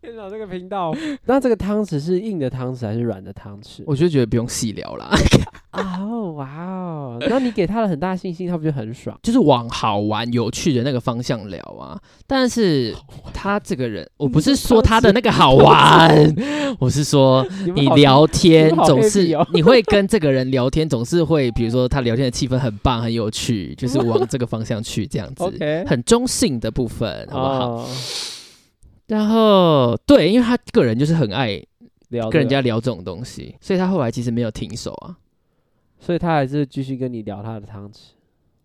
Speaker 2: 电脑这个频道， 那这个汤匙是硬的汤匙还是软的汤匙？
Speaker 1: 我就觉得不用细聊啦，
Speaker 2: 哦哇哦，那你给他了很大信心，他不就很爽？
Speaker 1: 就是往好玩、有趣的那个方向聊啊。但是他这个人，我不是说他的那个好玩， 我是说
Speaker 2: 们
Speaker 1: 你
Speaker 2: 好
Speaker 1: 聊天
Speaker 2: 你们好
Speaker 1: 总是
Speaker 2: heavy 哦
Speaker 1: 你会跟这个人聊天，总是会比如说他聊天的气氛很棒、很有趣，就是往这个方向去这样子。
Speaker 2: OK，
Speaker 1: 很中性的部分，好不好？
Speaker 2: 哦
Speaker 1: 然后对，因为他个人就是很爱
Speaker 2: 聊这个
Speaker 1: 跟人，家聊这种东西，所以他后来其实没有停手啊，
Speaker 2: 所以他还是继续跟你聊他的汤匙。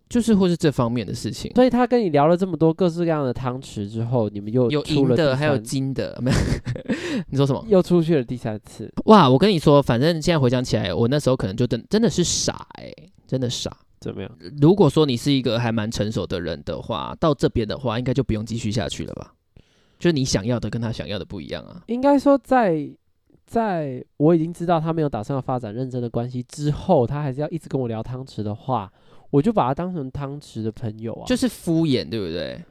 Speaker 1: 就是或是这方面的事情，
Speaker 2: 所以他跟你聊了这么多各式各样的汤匙之后，你们又
Speaker 1: 有
Speaker 2: 出
Speaker 1: 银
Speaker 2: 了
Speaker 1: 的，
Speaker 2: 第
Speaker 1: 还有
Speaker 2: 三
Speaker 1: 金的，没有？ 你说什么？
Speaker 2: 又出去了第三次。
Speaker 1: 哇，我跟你说，反正现在回想起来，我那时候可能就真真的是傻哎、真的傻。
Speaker 2: 怎么样？
Speaker 1: 如果说你是一个还蛮成熟的人的话，到这边的话，应该就不用继续下去了吧？就是你想要的跟他想要的不一样啊。
Speaker 2: 应该说在，在我已经知道他没有打算要发展认真的关系之后，他还是要一直跟我聊汤匙的话，我就把他当成汤匙的朋友啊，
Speaker 1: 就是敷衍，对不对？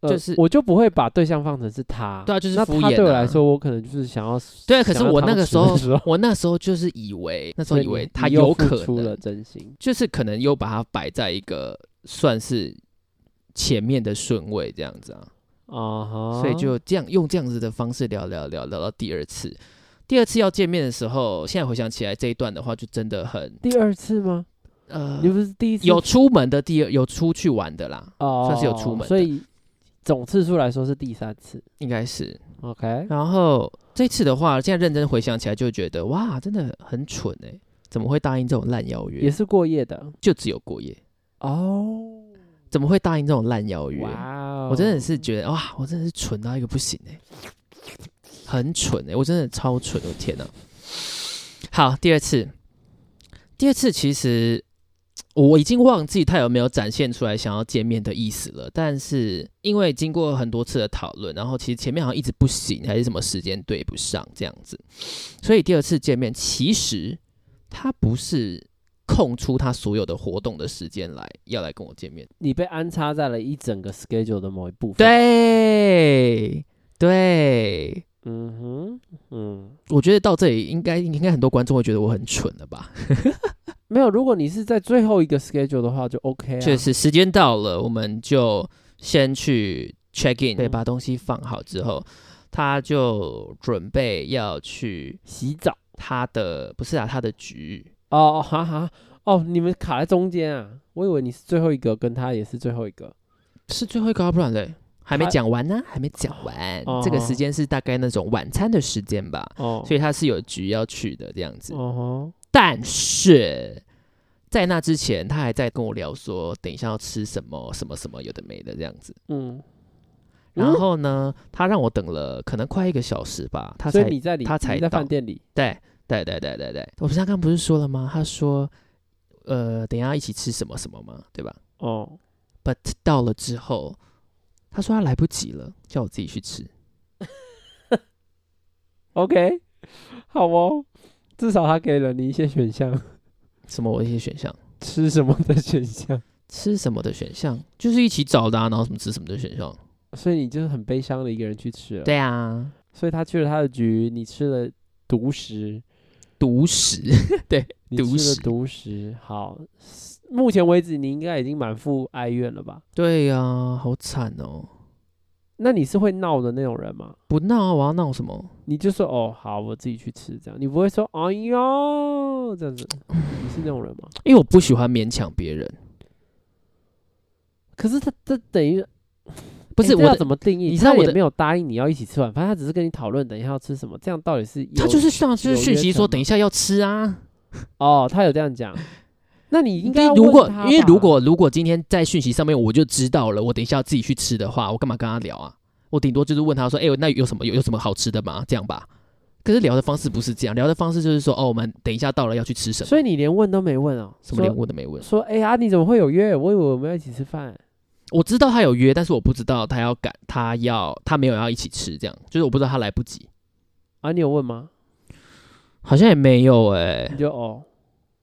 Speaker 2: 呃
Speaker 1: 就是
Speaker 2: 我就不会把对象放成是他，
Speaker 1: 对啊就是
Speaker 2: 那
Speaker 1: 敷
Speaker 2: 他
Speaker 1: 衍
Speaker 2: 对我
Speaker 1: 啊
Speaker 2: 来说，我可能就是想要
Speaker 1: 对啊，可是
Speaker 2: 想要
Speaker 1: 我那个时候
Speaker 2: 汤匙的时候，
Speaker 1: 我那时候就是以为，那时候
Speaker 2: 所
Speaker 1: 以
Speaker 2: 你
Speaker 1: 为
Speaker 2: 你
Speaker 1: 他
Speaker 2: 又
Speaker 1: 有
Speaker 2: 付
Speaker 1: 可
Speaker 2: 出了
Speaker 1: 能，
Speaker 2: 真心，
Speaker 1: 就是可能又把他摆在一个算是前面的顺位这样子啊。
Speaker 2: 啊哈，
Speaker 1: 所以就这样用这样子的方式聊聊聊聊到第二次。第二次要见面的时候，现在回想起来这一段的话，就真的很
Speaker 2: 第二次吗？
Speaker 1: 呃
Speaker 2: 你，不是第一次
Speaker 1: 有出门的第二有出去玩的啦，
Speaker 2: 哦，
Speaker 1: 算是有出门的
Speaker 2: 所以总次数来说是第三次
Speaker 1: 应该是。
Speaker 2: ，OK？
Speaker 1: 然后这次的话，现在认真回想起来，就觉得哇，真的很蠢哎、怎么会答应这种烂邀
Speaker 2: 也
Speaker 1: 约？
Speaker 2: 是过夜的
Speaker 1: 就只有过夜，
Speaker 2: 哦，
Speaker 1: 怎么会答应这种烂邀约？
Speaker 2: 哇哦，
Speaker 1: 我真的是觉得哇，我真的是蠢到一个不行哎、很蠢哎、我真的超蠢！我天哪、好，第二次，第二次其实我已经忘记他有没有展现出来想要见面的意思了，但是因为经过很多次的讨论，然后其实前面好像一直不行，还是什么时间对不上这样子，所以第二次见面其实他不是空出他所有的活动的时间来要来跟我见面。
Speaker 2: 你被安插在了一整个 schedule 的某一部分。，
Speaker 1: 对对，
Speaker 2: 嗯哼，嗯，
Speaker 1: 我觉得到这里应该应该很多观众会觉得我很蠢了吧？
Speaker 2: 没有。如果你是在最后一个 schedule 的话，就 OK 啊。
Speaker 1: 确，实，时间到了，我们就先去 check in，对，
Speaker 2: 嗯
Speaker 1: 把东西放好之后，他就准备要去
Speaker 2: 洗澡
Speaker 1: 他的不是啊，他的局。
Speaker 2: 哦，哦哈哈，哦，你们卡在中间啊。我以为你是最后一个，跟他也是最后一个。
Speaker 1: 是最后一个啊，不然嘞，还没
Speaker 2: 他
Speaker 1: 讲完呢、还没讲完。这个
Speaker 2: 哦
Speaker 1: 时间是大概那种晚餐的时间吧，
Speaker 2: 哦，
Speaker 1: 所以他是有局要去的这样子。
Speaker 2: 哦
Speaker 1: 但是在那之前，他还在跟我聊说，等一下要吃什么什么什么，有的没的这样子。
Speaker 2: 吼，嗯。
Speaker 1: 然后呢，他让我等了可能快一个小时吧，他
Speaker 2: 所
Speaker 1: 才
Speaker 2: 以你在里，
Speaker 1: 他才
Speaker 2: 你在饭
Speaker 1: 到
Speaker 2: 店里。
Speaker 1: 对对对对对对，我刚刚不是说了吗？他说，呃，等一下一起吃什么什么嘛，对吧
Speaker 2: 哦，
Speaker 1: ？But 到了之后，他说他来不及了，叫我自己去吃。
Speaker 2: OK，好哦，至少他给了你一些 选项，
Speaker 1: 什么我一些选项，
Speaker 2: 吃什么的选项，
Speaker 1: 吃什么的选项，就是一起找的、啊，然后什么吃什么的选项。
Speaker 2: 所以你就是很悲伤的一个人去吃了。，
Speaker 1: 对啊，
Speaker 2: 所以他去了他的局，你吃了独食，
Speaker 1: 独食。
Speaker 2: 你
Speaker 1: 独
Speaker 2: 吃了
Speaker 1: 食
Speaker 2: 独食。好，目前为止你应该已经满腹哀怨了吧？
Speaker 1: 对呀、好惨哦。
Speaker 2: 那你是会闹的那种人吗？
Speaker 1: 不闹啊！我要闹什么？
Speaker 2: 你就说哦，好，我自己去吃这样，你不会说哎呦这样 子，你是那种人吗？
Speaker 1: 因为我不喜欢勉强别人。
Speaker 2: 可是他这等于
Speaker 1: 不
Speaker 2: 诶
Speaker 1: 是
Speaker 2: 这
Speaker 1: 我
Speaker 2: 要
Speaker 1: 的，
Speaker 2: 怎么定义？
Speaker 1: 你知道
Speaker 2: 他
Speaker 1: 我
Speaker 2: 也
Speaker 1: 的
Speaker 2: 没有答应你要一起吃晚饭，他只是跟你讨论等一下要吃什么，这样到底是
Speaker 1: 他
Speaker 2: 有
Speaker 1: 就是上次
Speaker 2: 有
Speaker 1: 讯
Speaker 2: 约
Speaker 1: 息说
Speaker 2: 成
Speaker 1: 等一下要吃啊。
Speaker 2: 哦，他有这样讲。 那你应该要
Speaker 1: 如果
Speaker 2: 问他
Speaker 1: 因为
Speaker 2: 吧
Speaker 1: 如果如果今天在讯息上面我就知道了，我等一下要自己去吃的话，我干嘛跟他聊啊？我顶多就是问他说：“哎、那有什么有有什么好吃的吗？”这样吧。可是聊的方式不是这样，聊的方式就是说：“哦，我们等一下到了要去吃什么
Speaker 2: 所以你连问都没问哦，？”
Speaker 1: 什么
Speaker 2: 说
Speaker 1: 连问都没问。
Speaker 2: 说哎呀、你怎么会有约？我以为我们要一起吃饭。
Speaker 1: 我知道他有约，但是我不知道他要赶，他要他没有要一起吃，这样就是我不知道他来不及，
Speaker 2: 啊，你有问吗？
Speaker 1: 好像也没有哎、
Speaker 2: 你就哦，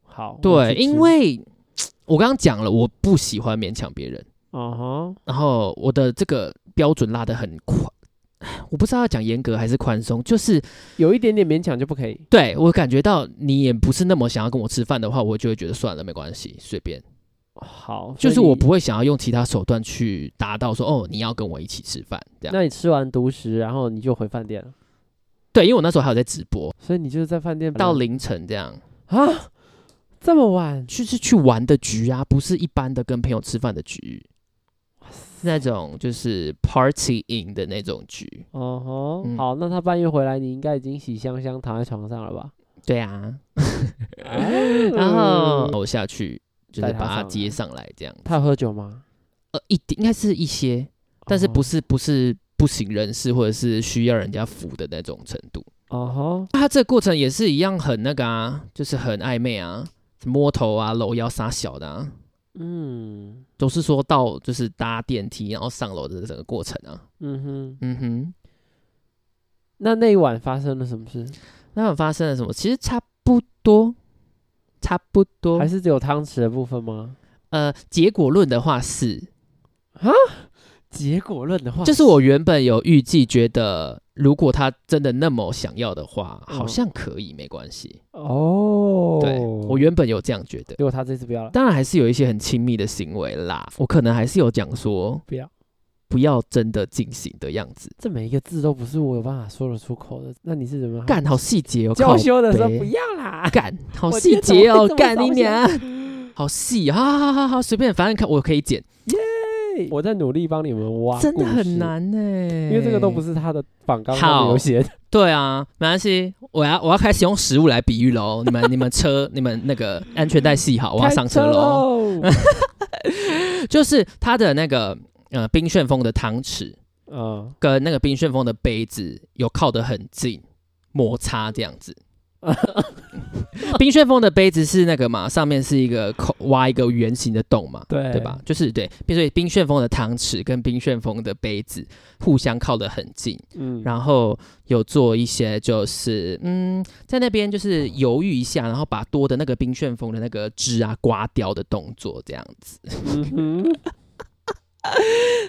Speaker 2: 好，我
Speaker 1: 对，
Speaker 2: 去吃
Speaker 1: 因为我刚刚讲了，我不喜欢勉强别人，
Speaker 2: 哦
Speaker 1: 然后我的这个标准拉得很宽， 我不知道要讲严格还是宽松，就是
Speaker 2: 哈，有一点点勉强就不可以。
Speaker 1: 对我感觉到你也不是那么想要跟我吃饭的话，我就会觉得算了，没关系，随便。
Speaker 2: 好，
Speaker 1: 就
Speaker 2: 所以
Speaker 1: 是我
Speaker 2: 你
Speaker 1: 不。会想要用其他手段去达到说哦，你要跟我一起吃饭这样。
Speaker 2: 那你吃完独食，然后你就回饭店了，
Speaker 1: 对，因为我那时候还有在直播，
Speaker 2: 所以你就是在饭店
Speaker 1: 到凌晨这样，
Speaker 2: 啊，这么晚，
Speaker 1: 就是去玩的局啊，不是一般的跟朋友吃饭的局，是那种就是 party in 的那种局。
Speaker 2: 哦吼，
Speaker 1: 嗯
Speaker 2: 好，那他半夜回来，你应该已经喜香香躺在床上了吧？
Speaker 1: 对啊，然
Speaker 2: 然
Speaker 1: 后我下去就是
Speaker 2: 带他
Speaker 1: 把他
Speaker 2: 上来
Speaker 1: 接上来，这样
Speaker 2: 他有喝酒吗？
Speaker 1: 呃一点应该是一些，但是不
Speaker 2: 哦
Speaker 1: 是不是不省人事或者是需要人家扶的那种程度。
Speaker 2: 哦
Speaker 1: 他这个过程也是一样很那个啊，就是很暧昧啊，摸头啊、搂腰、撒小的啊，
Speaker 2: 吼，嗯
Speaker 1: 都是说到就是搭电梯然后上楼的整个过程啊。
Speaker 2: 嗯哼，
Speaker 1: 嗯哼，
Speaker 2: 那那一晚发生了什么事？
Speaker 1: 那晚发生了什么？其实差不多，差不多
Speaker 2: 还。是只有汤匙的部分吗？
Speaker 1: 呃，结果论的话是，
Speaker 2: 结果论的话，
Speaker 1: 就是我原本有预计，觉得如果他真的那么想要的话，好像可以，没关系。
Speaker 2: 哦，
Speaker 1: 对我原本有这样觉得，
Speaker 2: 结果他这次不要了，
Speaker 1: 当然还是有一些很亲密的行为啦，我可能还是有讲说
Speaker 2: 不要，
Speaker 1: 不要真的进行的样子。
Speaker 2: 这每一个字都不是我有办法说得出口的。那你是怎么
Speaker 1: 干，好细节哦，
Speaker 2: 教
Speaker 1: 靠
Speaker 2: 修的时候
Speaker 1: 北
Speaker 2: 不要啦？
Speaker 1: 干，好
Speaker 2: 我
Speaker 1: 细
Speaker 2: 今天怎么
Speaker 1: 节哦
Speaker 2: 会这，么
Speaker 1: 干
Speaker 2: 早
Speaker 1: 你
Speaker 2: 想
Speaker 1: 娘，好细，好好好好好，随便，反正看我可以剪。
Speaker 2: 耶我在努力帮你们挖，
Speaker 1: 真的很，难呢、欸
Speaker 2: 因为这个都不
Speaker 1: 是
Speaker 2: 是他的仿纲上面有写的。
Speaker 1: 对啊，没关系，我要我要开始用食物来比喻喽。你们你们车你们那个安全带系好，我要上车喽。
Speaker 2: 喽。
Speaker 1: 就是它的那个呃冰旋风的汤匙
Speaker 2: 嗯，
Speaker 1: 跟那个冰旋风的杯子有靠得很近，摩擦这样子。冰旋风的杯子是那个嘛，上面是一个口挖一个圆形的洞嘛，
Speaker 2: 对
Speaker 1: 对吧？？就是对，所以冰旋风的汤匙跟冰旋风的杯子互相靠得很近，
Speaker 2: 嗯，
Speaker 1: 然后有做一些就是嗯，在那边就是犹豫一下，然后把多的那个冰旋风的那个枝啊刮掉的动作，这样子，
Speaker 2: 嗯哼，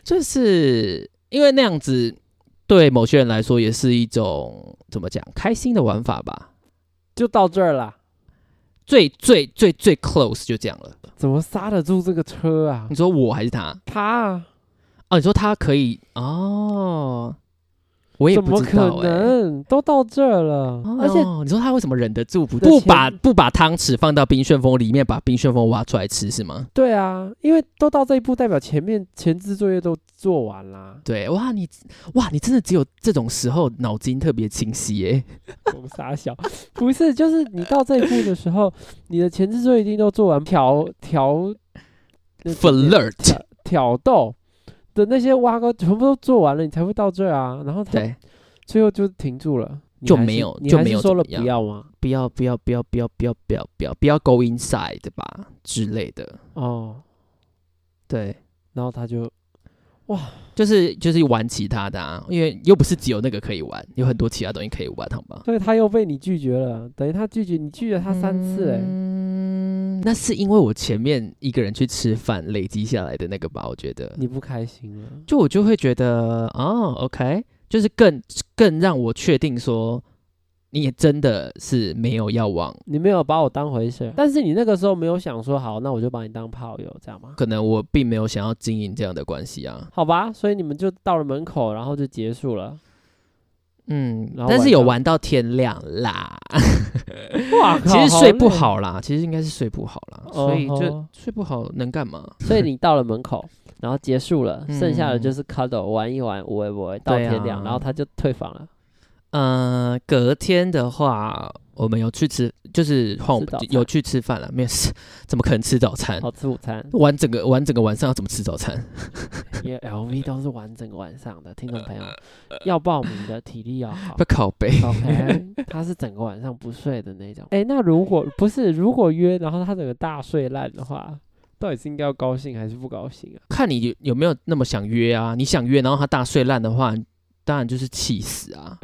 Speaker 1: 就是因为那样子对某些人来说也是一种怎么讲开心的玩法吧。
Speaker 2: 就到这儿啦。
Speaker 1: 最最最最 close 就这样了。
Speaker 2: 怎么刹得住这个车啊
Speaker 1: 你？说我还是他？
Speaker 2: 他啊
Speaker 1: 哦，你说他可以哦，我也
Speaker 2: 怎
Speaker 1: 不
Speaker 2: 么
Speaker 1: 知道
Speaker 2: 可
Speaker 1: 哎、
Speaker 2: 能？都到这儿了，而且
Speaker 1: 哦你说他为什么忍得住不
Speaker 2: 的
Speaker 1: 不
Speaker 2: 钱
Speaker 1: 把不把汤匙放到冰旋风里面，把冰旋风挖出来吃是吗？。
Speaker 2: 对啊，因为都到这一步，代表前面前置作业都做完啦
Speaker 1: 对，哇你哇你真的只有这种时候脑筋特别清晰耶。
Speaker 2: 我们傻笑，不是，就是你到这一步的时候，你的前置作业一定都做完，挑挑那叫什么
Speaker 1: Flirt，
Speaker 2: 挑挑逗的那些挖沟全部都做完了，你才会到这儿啊。然后他
Speaker 1: 对，
Speaker 2: 最后就停住了，你
Speaker 1: 就
Speaker 2: 还是
Speaker 1: 没有
Speaker 2: 你
Speaker 1: 就
Speaker 2: 还
Speaker 1: 没
Speaker 2: 是
Speaker 1: 有
Speaker 2: 说
Speaker 1: 怎么
Speaker 2: 了不
Speaker 1: 样
Speaker 2: 要吗？
Speaker 1: 不要不要不要不要不要不要不要不要 go inside 吧之类的。
Speaker 2: 哦，
Speaker 1: 对，
Speaker 2: 然后他就
Speaker 1: 就是就是玩其他的啊，因为又不是只有那个可以玩，有很多其他东西可以玩，好吗？
Speaker 2: 所以他又被你拒绝了，等于他拒绝你拒绝他三次哎、
Speaker 1: 嗯，那是因为我前面一个人去吃饭累积下来的那个吧，我觉得，
Speaker 2: 你不开心了。
Speaker 1: 就我就会觉得，哦，OK，就是更更让我确定说，你也真的是没有要往，
Speaker 2: 你没有把我当回事，但是你那个时候没有想说好，那我就把你当炮友，这样吗？
Speaker 1: 可能我并没有想要经营这样的关系啊，
Speaker 2: 好吧，所以你们就到了门口，然后就结 束了。
Speaker 1: 嗯
Speaker 2: 然，后
Speaker 1: 但
Speaker 2: 晚
Speaker 1: 是有
Speaker 2: 上
Speaker 1: 玩到天亮啦，
Speaker 2: 哇
Speaker 1: 其实睡不，好 啦，其实应该是睡不好啦，所以就
Speaker 2: 哦吼
Speaker 1: 睡不好能干嘛？
Speaker 2: 所以你到了门口，然后结束了，
Speaker 1: 嗯
Speaker 2: 剩下的就是 cuddle 玩一玩，无为无为到天亮，
Speaker 1: 对啊
Speaker 2: 然后他就退房了。
Speaker 1: 呃，隔天的话，我们有去吃，就是换我们
Speaker 2: 吃早餐
Speaker 1: 有去吃饭了，没有吃，怎么可能吃早餐？，
Speaker 2: 好吃午餐
Speaker 1: 玩整个玩整个晚上要怎么吃早餐？
Speaker 2: 因为 LV 都是玩整个晚上的，听众朋友要报名的体力要好
Speaker 1: 不。靠背，
Speaker 2: OK，他是整个晚上不睡的那种。哎、那如果不是如果约，然后他整个大睡烂的话，到底是应该要高兴还是不高兴啊？
Speaker 1: 看你有有没有那么想约啊？你想约，然后他大睡烂的话，当然就是气死啊，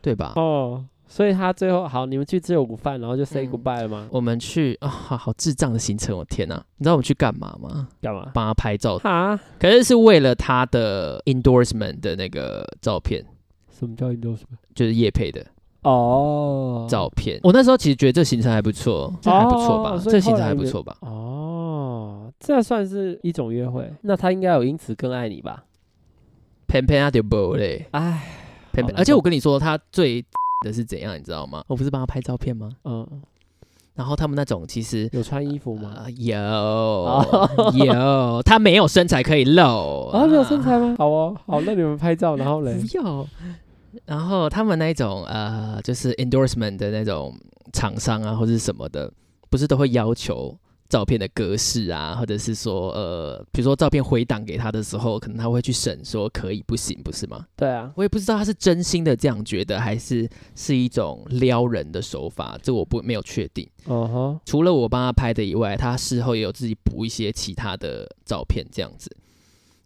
Speaker 1: 对吧？
Speaker 2: 哦，所以他最后好，你们去吃午饭，然后就 say
Speaker 1: 嗯
Speaker 2: goodbye 了吗？
Speaker 1: 我们去啊、好好智障的行程，我天哪、你知道我们去干嘛吗？
Speaker 2: 干嘛？
Speaker 1: 帮他拍照，
Speaker 2: 哈？
Speaker 1: 可是是为了他的 endorsement 的那个照片，
Speaker 2: 什么叫 endorsement？
Speaker 1: 就是叶配的。
Speaker 2: 哦，
Speaker 1: 照片。我那时候其实觉得这行程还不错，这还不错吧？
Speaker 2: 哦所以
Speaker 1: 这行
Speaker 2: 后
Speaker 1: 程
Speaker 2: 来
Speaker 1: 还不
Speaker 2: 你
Speaker 1: 错吧？
Speaker 2: 哦，这算是一种约会。那他应该有因此更爱你吧？
Speaker 1: 偏偏他就不嘞，
Speaker 2: 哎，
Speaker 1: 偏偏。
Speaker 2: 好难过
Speaker 1: 而且我跟你说，他最 的是怎样，你知道吗？我不是帮他拍照片吗？
Speaker 2: 嗯，
Speaker 1: 然后他们那种其实。
Speaker 2: 有穿衣服吗？
Speaker 1: 呃、有、有，他没有身材可以露
Speaker 2: 啊，没有身材 吗？好哦，好，那你们拍照，然后 嘞，
Speaker 1: 不要。然后他们那种呃，就是 endorsement 的那种厂商啊，或者是什么的，不是都会要求照片的格式啊，或者是说呃，比如说照片回档给他的时候，可能他会去审说可以不行，不是吗？
Speaker 2: 对啊，
Speaker 1: 我也不知道他是真心的这样觉得，还是是一种撩人的手法，这我不没有确定。
Speaker 2: 嗯哼，
Speaker 1: 除了我帮他拍的以外，他事后也有自己补一些其他的照片这样子。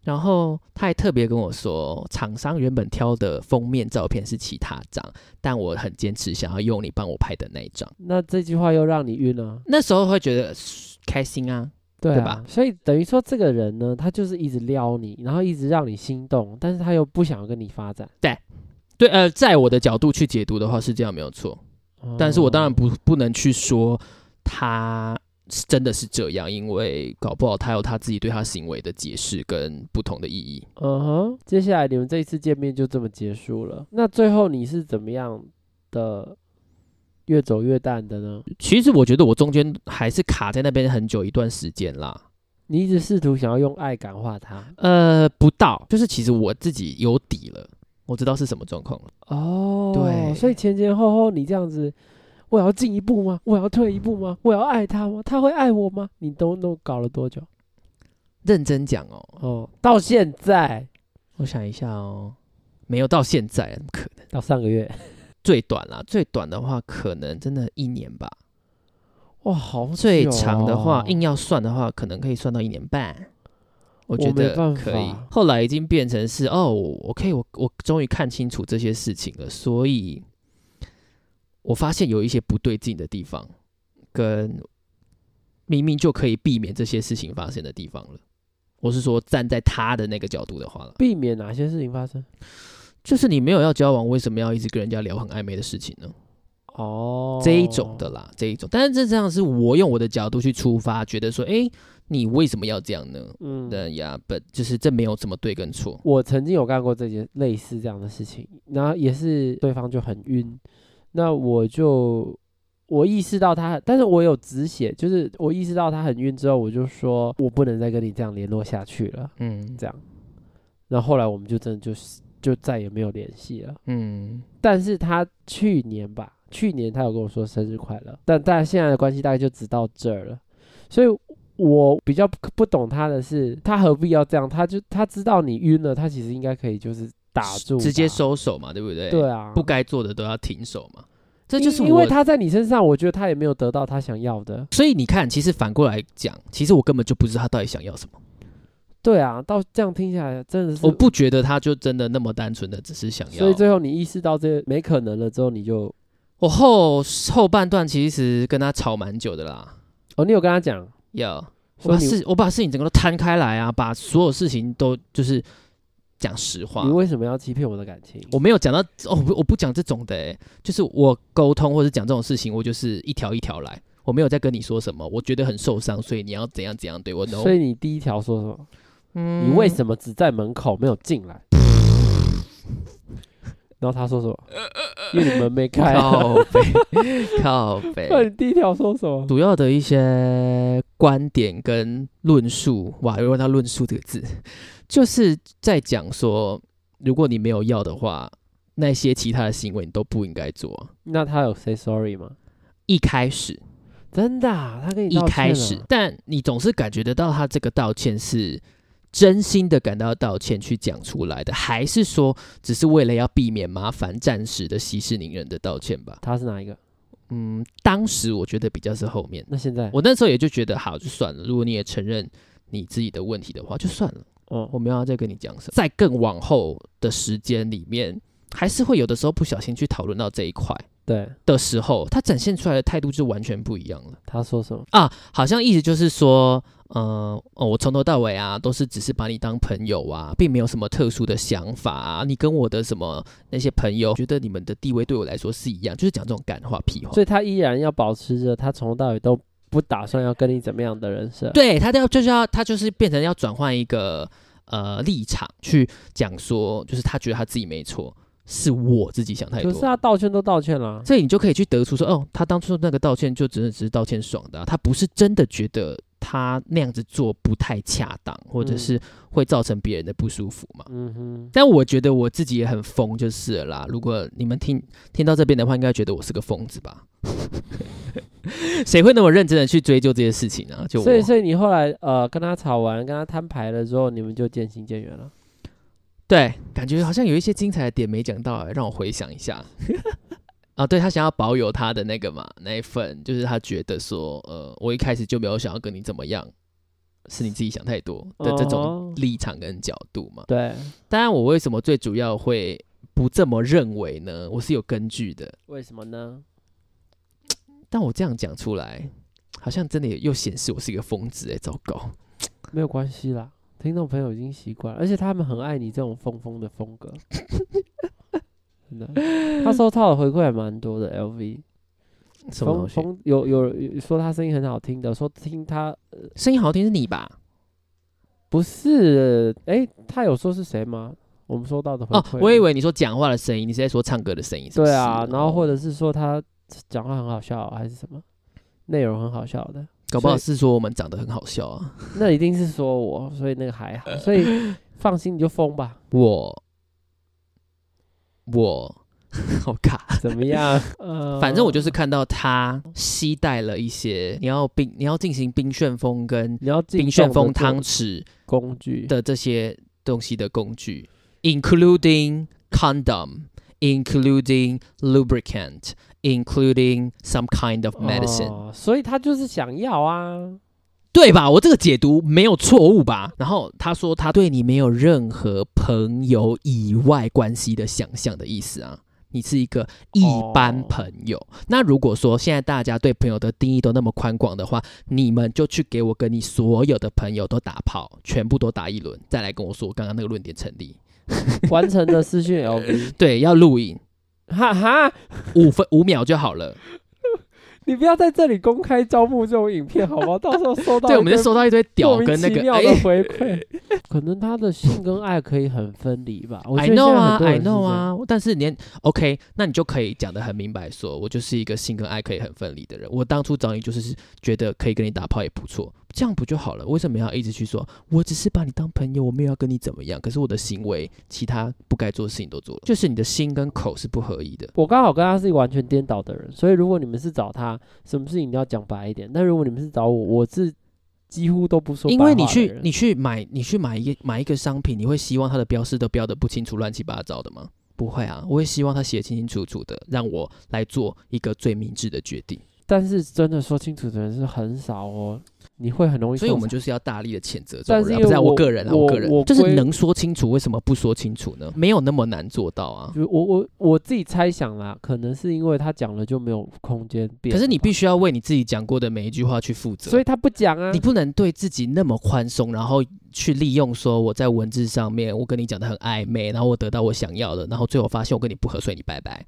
Speaker 1: 然后他还特别跟我说，厂商原本挑的封面照片是其他张，但我很坚持想要用你帮我拍的那一张。
Speaker 2: 那这句话又让你晕了，
Speaker 1: 那时候会觉得呃开心啊，
Speaker 2: 对
Speaker 1: 对吧
Speaker 2: 吧？所以等于说这个人呢，他就是一直撩你，然后一直让你心动，但是他又不想要跟你发展。
Speaker 1: 对，呃，在我的角度去解读的话是这样没有错，但是我当然
Speaker 2: 哦
Speaker 1: 不不能去说他是真的是这样，因为搞不好他有他自己对他行为的解释跟不同的意义。
Speaker 2: 嗯哼，接下来你们这一次见面就这么结束了。那最后你是怎么样的越走越淡的呢？
Speaker 1: 其实我觉得我中间还是卡在那边很久一段时间啦，
Speaker 2: 你一直试图想要用爱感化他。
Speaker 1: 呃，不到，就是其实我自己有底了，我知道是什么状况了。
Speaker 2: 哦，
Speaker 1: 对
Speaker 2: 所以前前后后你这样子，我要进一步吗？我要退一步吗？我要爱他吗？他会爱我吗？你都都搞了多久？
Speaker 1: 认真讲哦，
Speaker 2: 哦，到现在，
Speaker 1: 我想一下哦，没有到现在，怎么可能？
Speaker 2: 到上个月，
Speaker 1: 最短啦，最短的话可能真的一年吧，
Speaker 2: 哇，好久哦、
Speaker 1: 最长的话硬要算的话，可能可以算到一年半。我觉
Speaker 2: 我没
Speaker 1: 得
Speaker 2: 办法
Speaker 1: 可以。后来已经变成是哦我，OK，我我终于看清楚这些事情了，所以我发现有一些不对劲的地方，跟明明就可以避免这些事情发生的地方了。我是说，站在他的那个角度的话了，
Speaker 2: 避免哪些事情发生？
Speaker 1: 就是你没有要交往，为什么要一直跟人家聊很暧昧的事情呢？
Speaker 2: 哦，
Speaker 1: 这一种的啦，这一种。但是这这样是我用我的角度去出发，觉得说，诶，你为什么要这样呢？
Speaker 2: 嗯，
Speaker 1: 对呀，不，就是这没有什么对跟错。
Speaker 2: 我曾经有干过这件类似这样的事情，然后也是对方就很晕，那我就我意识到他，但是我有止血，就是我意识到他很晕之后，我就说我不能再跟你这样联络下去了，
Speaker 1: 嗯
Speaker 2: 这样，然后后来我们就真的就是就再也没有联系了。
Speaker 1: 嗯，
Speaker 2: 但是他去年吧，去年他有跟我说生日快乐，但但现在的关系大概就只到这儿了，所以。我比较不不懂他的是，他何必要这样？他就他知道你晕了，他其实应该可以就是打住，
Speaker 1: 直接。收手嘛，对不对？
Speaker 2: 对，啊，
Speaker 1: 不该做的都要停手嘛。这
Speaker 2: 因，
Speaker 1: 就是
Speaker 2: 因为
Speaker 1: 我。
Speaker 2: 他在你身上，我觉得他也没有得到他想要的。
Speaker 1: 所以你看，其实反过来讲，其实我根本就不知道他到底想要什么。
Speaker 2: 对啊，到这样听下来真的是
Speaker 1: 我，不觉得他就真的那么单纯的只是想要。
Speaker 2: 所以最后你意识到这没可能了之后，你就
Speaker 1: 我后后半段其实跟他吵蛮久的啦。
Speaker 2: 哦，你有跟他讲
Speaker 1: 要、我
Speaker 2: 说
Speaker 1: 把
Speaker 2: 你
Speaker 1: 事我把事情整个都摊开来啊，把所有事情都就是讲实话
Speaker 2: 你。为什么要欺骗我的感情？
Speaker 1: 我没有讲到哦，我不我不讲这种的、欸，就是我沟通或者讲这种事情，我就是一条一条来，我没有在跟你说什么，我觉得很受伤，所以你要怎样怎样对我。
Speaker 2: 所以你第一条说什么？
Speaker 1: 嗯
Speaker 2: 你为什么只在门口没有进 来？然后他说什么？因为你门没开、啊。
Speaker 1: 靠背 靠
Speaker 2: 那
Speaker 1: 背？
Speaker 2: 你第一条说什么？
Speaker 1: 主要的一些观点跟论述，哇，又问到“论述”这个字，就是在讲说，如果你没有要的话，那些其他的行为你都不应该做。
Speaker 2: 那他有 say sorry 吗？
Speaker 1: 一开始，
Speaker 2: 真的啊、他跟你
Speaker 1: 一
Speaker 2: 道歉
Speaker 1: 开
Speaker 2: 了
Speaker 1: 始，但你总是感觉得到他这个道歉是真心的感到道歉去讲出来的，还是说只是为了要避免麻烦，暂时的息事宁人的道歉吧？
Speaker 2: 他是哪一个？
Speaker 1: 嗯，当时我觉得比较是后面，
Speaker 2: 那现在
Speaker 1: 我那时候也就觉得好就算了，如果你也承认你自己的问题的话，就算了，
Speaker 2: 哦，
Speaker 1: 我没有要再跟你讲什么。在更往后的时间里面，还是会有的时候不小心去讨论到这一块
Speaker 2: 对，
Speaker 1: 的时候，他展现出来的态度就完全不一样了。
Speaker 2: 他说什么？
Speaker 1: 啊，好像意思就是说，呃，哦、我从头到尾啊，都是只是把你当朋友啊，并没有什么特殊的想法啊。你跟我的什么那些朋友，觉得你们的地位对我来说是一样，就是讲这种干话屁话。
Speaker 2: 所以他依然要保持着他从头到尾都不打算要跟你怎么样的人设。，
Speaker 1: 对他都要就是要他就是变成要转换一个呃立场去讲说，就是他觉得他自己没错，是我自己想太
Speaker 2: 可是
Speaker 1: 多。
Speaker 2: 他道歉都道歉了，
Speaker 1: 所以你就可以去得出说，哦，他当初那个道歉就只是只是道歉爽的啊、他不是真的觉得他那样子做不太恰当，或者
Speaker 2: 嗯
Speaker 1: 是会造成别人的不舒服嘛。
Speaker 2: 嗯哼，
Speaker 1: 但我觉得我自己也很疯，就是了啦。如果你们听听到这边的话，应该觉得我是个疯子吧？ 谁会那么认真的去追究这些事情呢、啊就我
Speaker 2: 所以所以你后来呃跟他吵完，跟他摊牌了之后，你们就渐行渐远了。
Speaker 1: 对，感觉好像有一些精彩的点没讲到、哎，让我回想一下。 啊，对他想要保有他的那个嘛，那一份就是他觉得说，呃，我一开始就没有想要跟你怎么样，是你自己想太多的这
Speaker 2: 哦
Speaker 1: 种立场跟角度嘛。
Speaker 2: 对，
Speaker 1: 当然，我为什么最主要会不这么认为呢？我是有根据的，
Speaker 2: 为什么呢？
Speaker 1: 但我这样讲出来，好像真的也又显示我是一个疯子哎、糟糕！
Speaker 2: 没有关系啦，听众朋友已经习惯了，而且他们很爱你这种疯疯的风 格。真的，他收到的回馈还蛮多的。LV
Speaker 1: 什么
Speaker 2: 风
Speaker 1: 东西？
Speaker 2: 风有有有说他声音很好听的，说听他
Speaker 1: 声音好听是你吧？
Speaker 2: 不是诶，他有说是谁吗？我们收到的回
Speaker 1: 哦
Speaker 2: 馈、，
Speaker 1: 我以为你说讲话的声音，你是在说唱歌的声音，是不是
Speaker 2: 对啊，然后
Speaker 1: 哦
Speaker 2: 或者是说他讲话很好笑，还是什么内容很好笑的，
Speaker 1: 搞不好
Speaker 2: 所
Speaker 1: 是
Speaker 2: 以
Speaker 1: 说我们长得很好笑啊。
Speaker 2: 那一定是说我，所以那个还 好，所以放心你就疯吧，
Speaker 1: 我我好卡，
Speaker 2: 怎么 样？ 呃，
Speaker 1: 反正我就是看到他携带了一些你要冰你要进行冰旋风跟
Speaker 2: 你要进
Speaker 1: 冰旋
Speaker 2: 洞
Speaker 1: 风
Speaker 2: 的
Speaker 1: 汤
Speaker 2: 工
Speaker 1: 匙
Speaker 2: 工具，
Speaker 1: 的这些东西的工具，including condom。Including lubricant, including some kind of medicine，、
Speaker 2: 哦所以他就是想要啊，
Speaker 1: 对吧？我这个解读没有错误吧？然后他说他对你没有任何朋友以外关系的想象的意思啊，你是一个一般朋友。
Speaker 2: 哦
Speaker 1: 那如果说现在大家对朋友的定义都那么宽广的话，你们就去给我跟你所有的朋友都打炮，全部都打一轮，再来跟我说刚刚那个论点成立。
Speaker 2: 完成了私 讯 LV，
Speaker 1: 对，要录影
Speaker 2: 哈哈，
Speaker 1: 五分五秒就好了。
Speaker 2: 你不要在这里公开招募这种影片好吗？到时候收到
Speaker 1: 对，我们
Speaker 2: 一
Speaker 1: 就
Speaker 2: 堆
Speaker 1: 收到一堆屌
Speaker 2: 莫名
Speaker 1: 跟那
Speaker 2: 其
Speaker 1: 个
Speaker 2: 妙
Speaker 1: 哎
Speaker 2: 的回馈， 可能他的性跟爱可以很分离吧。我
Speaker 1: I
Speaker 2: 觉得
Speaker 1: know
Speaker 2: 现在
Speaker 1: 啊
Speaker 2: 很多
Speaker 1: ，I
Speaker 2: 人是这
Speaker 1: know 啊，
Speaker 2: 样，
Speaker 1: 但是你 OK，那你就可以讲得很明白说我就是一个性跟爱可以很分离的人。我当初找你就是觉得可以跟你打炮也不错，这样不就好了？为什么要一直去说我只是把你当朋友，我没有要跟你怎么样？可是我的行为，其他不该做的事情都做了，就是你的心跟口是不合一的。
Speaker 2: 我刚好跟他是完全颠倒的人，所以如果你们是找他，什么事情你要讲白一点；但如果你们是找我，我是几乎都不说白
Speaker 1: 因
Speaker 2: 话
Speaker 1: 为
Speaker 2: 的人。
Speaker 1: 你去你去买你去买一个买一个商品，你会希望它的标示都标的不清楚、乱七八糟的吗？不会啊，我会希望它写得清清楚楚的，让我来做一个最明智的决定。
Speaker 2: 但是真的说清楚的人是很少哦，你会很容易受
Speaker 1: 所
Speaker 2: 伤。
Speaker 1: 以我们就是要大力的谴责这
Speaker 2: 但
Speaker 1: 种
Speaker 2: 是
Speaker 1: 人啊，
Speaker 2: 因为
Speaker 1: 不是啊我
Speaker 2: 我
Speaker 1: 个人啊，
Speaker 2: 我
Speaker 1: 我个人
Speaker 2: 我
Speaker 1: 就是
Speaker 2: 归
Speaker 1: 能说清楚，为什么不说清楚呢？没有那么难做到啊。
Speaker 2: 就我我我自己猜想啦，可能是因为他讲了就没有空间变
Speaker 1: 可
Speaker 2: 了吧。
Speaker 1: 是你必须要为你自己讲过的每一句话去负责，
Speaker 2: 所以他不讲啊
Speaker 1: 你。不能对自己那么宽松，然后去利用说我在文字上面我跟你讲的很暧昧，然后我得到我想要的，然后最后发现我跟你不合，所以你拜拜。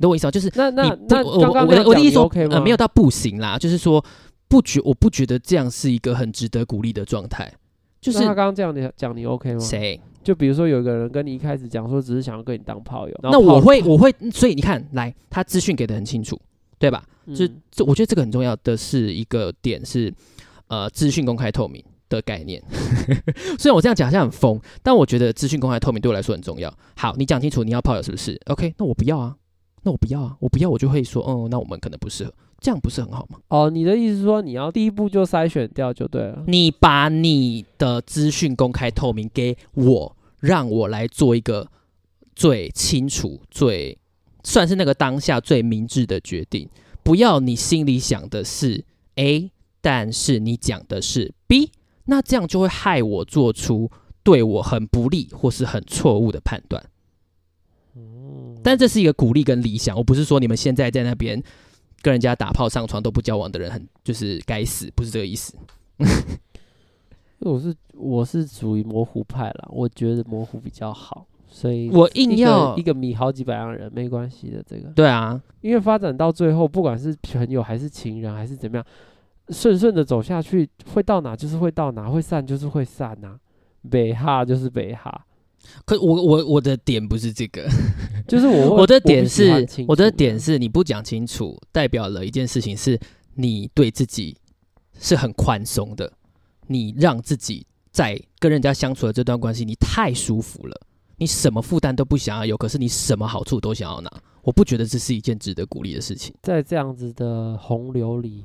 Speaker 1: 你懂我意思吗？就是
Speaker 2: 那那
Speaker 1: 你
Speaker 2: 那
Speaker 1: 我我
Speaker 2: 刚刚
Speaker 1: 我
Speaker 2: 那
Speaker 1: 的
Speaker 2: 样
Speaker 1: 我的
Speaker 2: 讲
Speaker 1: 意
Speaker 2: 你
Speaker 1: 思说
Speaker 2: OK 吗？
Speaker 1: 呃没有到不行啦，就是说不觉我不觉得这样是一个很值得鼓励的状态，就
Speaker 2: 那
Speaker 1: 是
Speaker 2: 他刚刚这样你讲你 OK 吗？
Speaker 1: 谁
Speaker 2: 就比如说有一个人跟你一开始讲说只是想要跟你当炮友，然
Speaker 1: 那
Speaker 2: 后炮
Speaker 1: 我会，我会，所以你看，来，他资讯给的很清楚，对吧？
Speaker 2: 嗯
Speaker 1: 就这，我觉得这个很重要的是一个点是，呃，资讯公开透明的概念。 虽然我这样讲好像很疯，但我觉得资讯公开透明对我来说很重要。好，你讲清楚你要炮友是不是？OK，那我不要啊，那我不要啊，我不要，我就会说，嗯，那我们可能不适合，这样不是很好吗？
Speaker 2: 哦，你的意思是说你要第一步就筛选掉就对了。
Speaker 1: 你把你的资讯公开透明给我，让我来做一个最清楚、最算是那个当下最明智的决定。不要你心里想的是 A，但是你讲的是 B，那这样就会害我做出对我很不利或是很错误的判断。但这是一个鼓励跟理想，我不是说你们现在在那边跟人家打炮上床都不交往的人很就是该死，不是这个意思。
Speaker 2: 因为我是我是属于模糊派啦，我觉得模糊比较好，所以
Speaker 1: 我
Speaker 2: 一
Speaker 1: 硬
Speaker 2: 个
Speaker 1: 要
Speaker 2: 一个米好几百样人没关系的这个，
Speaker 1: 对啊，
Speaker 2: 因为发展到最后，不管是朋友还是情人还是怎么样，顺顺的走下去，会到哪就是会到哪，会散就是会散呐、北哈就是北哈，
Speaker 1: 可我我我的点不是这个，
Speaker 2: 就是我会
Speaker 1: 我的
Speaker 2: 不
Speaker 1: 点
Speaker 2: 喜欢
Speaker 1: 是
Speaker 2: 清
Speaker 1: 我的
Speaker 2: 楚
Speaker 1: 点是你不讲清楚，代表了一件事情是你对自己是很宽松的，你让自己在跟人家相处的这段关系，你太舒服了，你什么负担都不想要有，可是你什么好处都想要拿，我不觉得这是一件值得鼓励的事情。
Speaker 2: 在这样子的洪流里，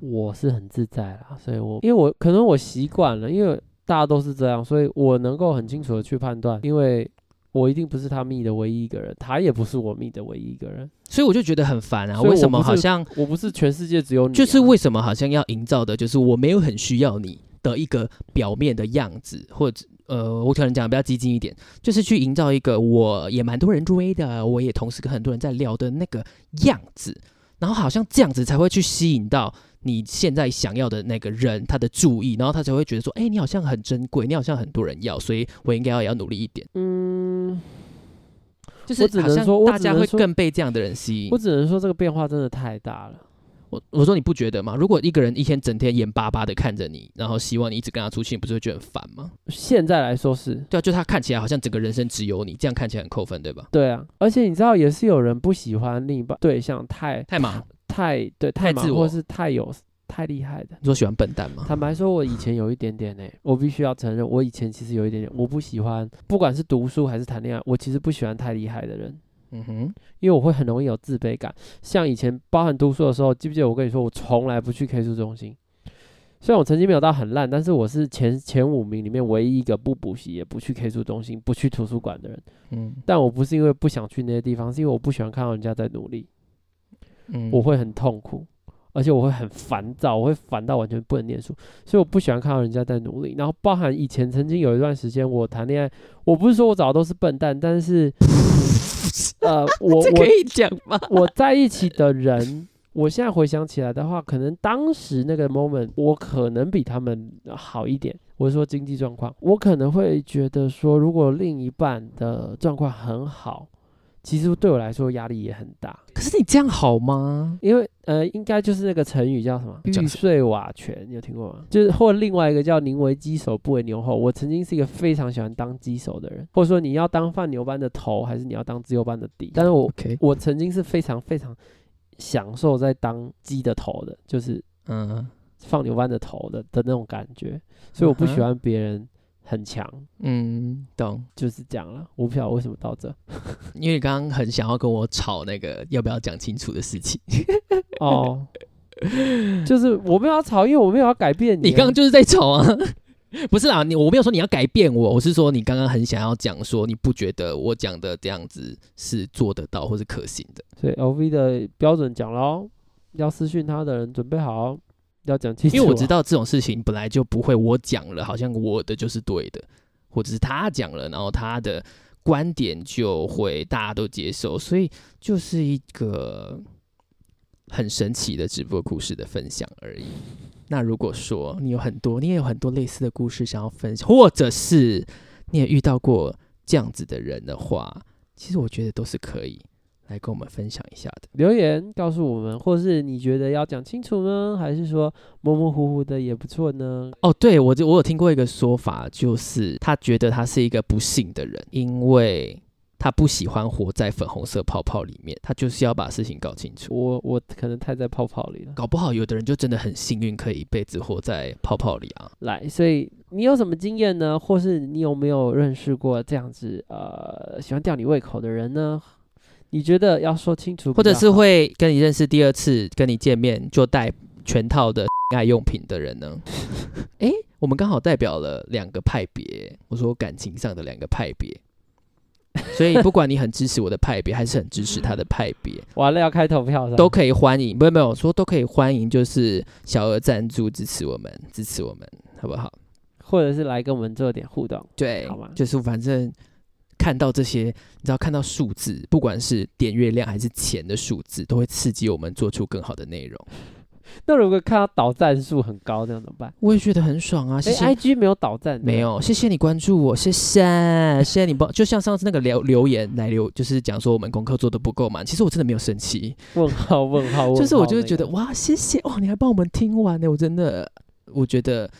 Speaker 2: 我是很自在啦，所以我因为我可能我习惯了，因为大家都是这样，所以我能够很清楚的去判断，因为我一定不是他密的唯一一个人，他也不是我密的唯一一个人，
Speaker 1: 所以我就觉得很烦啊，
Speaker 2: 所以
Speaker 1: 为
Speaker 2: 我
Speaker 1: 什么
Speaker 2: 不是
Speaker 1: 好像
Speaker 2: 我不是全世界只有你啊、
Speaker 1: 就是为什么好像要营造的，就是我没有很需要你的一个表面的样子，或者呃，我可能讲得比较激进一点，就是去营造一个我也蛮多人追的，我也同时跟很多人在聊的那个样子，然后好像这样子才会去吸引到你现在想要的那个人他的注意，然后他才会觉得说，哎、你好像很珍贵，你好像很多人要，所以我应该要也要努力一点，
Speaker 2: 嗯，
Speaker 1: 就是
Speaker 2: 我只能
Speaker 1: 好像
Speaker 2: 说我
Speaker 1: 大
Speaker 2: 只
Speaker 1: 家
Speaker 2: 能
Speaker 1: 会
Speaker 2: 说
Speaker 1: 更被这样的人吸引
Speaker 2: 我。只能说这个变化真的太大了。
Speaker 1: 我我说你不觉得吗？如果一个人一天整天眼巴巴的看着你，然后希望你一直跟他出去，你不是会觉得很烦吗？
Speaker 2: 现在来说是
Speaker 1: 对啊，就他看起来好像整个人生只有你，这样看起来很扣分，对吧？
Speaker 2: 对啊，而且你知道也是有人不喜欢另一半对象太
Speaker 1: 太忙，
Speaker 2: 太对
Speaker 1: 太
Speaker 2: 忙
Speaker 1: 自我
Speaker 2: 或是太有太厉害的。
Speaker 1: 你说喜欢笨蛋吗？
Speaker 2: 坦白说，我以前有一点点呢、 我必须要承认，我以前其实有一点点，我不喜欢，不管是读书还是谈恋爱，我其实不喜欢太厉害的人，
Speaker 1: 嗯哼，
Speaker 2: 因为我会很容易有自卑感。像以前包含读书的时候，记不记得我跟你说，我从来不去 K 书中心。虽然我成绩没有到很烂，但是我是前前五名里面唯一一个不补习也不去 K 书中心、不去图书馆的人。
Speaker 1: 嗯
Speaker 2: 但我不是因为不想去那些地方，是因为我不喜欢看到人家在努力。
Speaker 1: 嗯
Speaker 2: 我会很痛苦，而且我会很烦躁，我会烦到完全不能念书，所以我不喜欢看到人家在努力。然后包含以前曾经有一段时间，我谈恋爱，我不是说我找的都是笨蛋，但是呃，我
Speaker 1: 这可以讲吗？
Speaker 2: 我我在一起的人。 我现在回想起来的话，可能当时那个 moment，我可能比他们好一点。我是说经济状况，我可能会觉得说，如果另一半的状况很好，其实对我来说压力也很大。
Speaker 1: 可是你这样好吗？
Speaker 2: 因为呃，应该就是那个成语叫什么“
Speaker 1: 讲
Speaker 2: 玉碎瓦全”，你有听过吗？就是或另外一个叫“宁为鸡首不为牛后”。我曾经是一个非常喜欢当鸡首的人，或者说你要当放牛班的头，还是你要当自由班的底？但是我
Speaker 1: OK，
Speaker 2: 我曾经是非常非常享受在当鸡的头的，就是
Speaker 1: 嗯
Speaker 2: 放牛班的头的的那种感觉，所以我不喜欢别人很强。
Speaker 1: 嗯，懂。
Speaker 2: 就是这样了，我不晓得为什么到 这
Speaker 1: 因为你刚刚很想要跟我吵那个要不要讲清楚的事情，
Speaker 2: 哦，就是我没有要吵，因为我没有要改变你啊。
Speaker 1: 你刚刚就是在吵啊。 不是啦，你我没有说你要改变我，我是说你刚刚很想要讲说你不觉得我讲的这样子是做得到或是可行的，
Speaker 2: 所以 LV 的标准讲喽，要私讯他的人准备好，要讲清楚啊。
Speaker 1: 因为我知道这种事情本来就不会我讲了，好像我的就是对的，或者是他讲了，然后他的观点就会大家都接受，所以就是一个很神奇的直播故事的分享而已。那如果说你有很多，你也有很多类似的故事想要分享，或者是你也遇到过这样子的人的话，其实我觉得都是可以来跟我们分享一下的。
Speaker 2: 留言告诉我们，或是你觉得要讲清楚呢，还是说模模糊糊的也不错呢？
Speaker 1: 哦，对我就我有听过一个说法，就是他觉得他是一个不幸的人，因为他不喜欢活在粉红色泡泡里面，他就是要把事情搞清楚。
Speaker 2: 我我可能太在泡泡里了。
Speaker 1: 搞不好有的人就真的很幸运，可以一辈子活在泡泡里啊。
Speaker 2: 来，所以你有什么经验呢？或是你有没有认识过这样子呃喜欢吊你胃口的人呢？你觉得要说清楚比较好，
Speaker 1: 或者是会跟你认识第二次，跟你见面就带全套的 爱用品的人呢？诶，我们刚好代表了两个派别，我说感情上的两个派别， 所以不管你很支持我的派别，还是很支持他的派别，
Speaker 2: 完了要开投票是吧
Speaker 1: 都可以欢迎，没有没有说都可以欢迎，就是小额赞助支持我们，支持我们，好不好？
Speaker 2: 或者是来跟我们做点互动。
Speaker 1: 对
Speaker 2: 好吧
Speaker 1: 就是反正看到这些，你知道看到数字，不管是点阅量还是钱的数字，都会刺激我们做出更好的内容。
Speaker 2: 那如果看到导赞数很高，那样怎么办？
Speaker 1: 我也觉得很爽啊，谢
Speaker 2: 哎、
Speaker 1: 谢。
Speaker 2: i g 没有导赞，对吧
Speaker 1: 没有，谢谢你关注我，谢谢，谢谢你帮。就像上次那个留留言来留，就是讲说我们功课做的不够嘛。其实我真的没有生气，
Speaker 2: 问号问 号问号那个，
Speaker 1: 就是我就会觉得哇，谢谢哇，你还帮我们听完欸呢，我真的，我觉得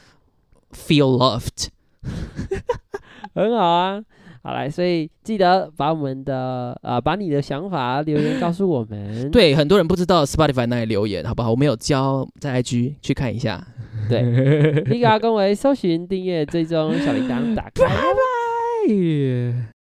Speaker 1: feel loved。
Speaker 2: 很好啊。好来，所以记得把我们的啊、把你的想法留言告诉我们。
Speaker 1: 对，很多人不知道 Spotify 那里留言，好不好？我们有教在 IG 去看一下。
Speaker 2: 对，立刻跟为搜寻、订阅、追踪小铃铛打开。
Speaker 1: 拜。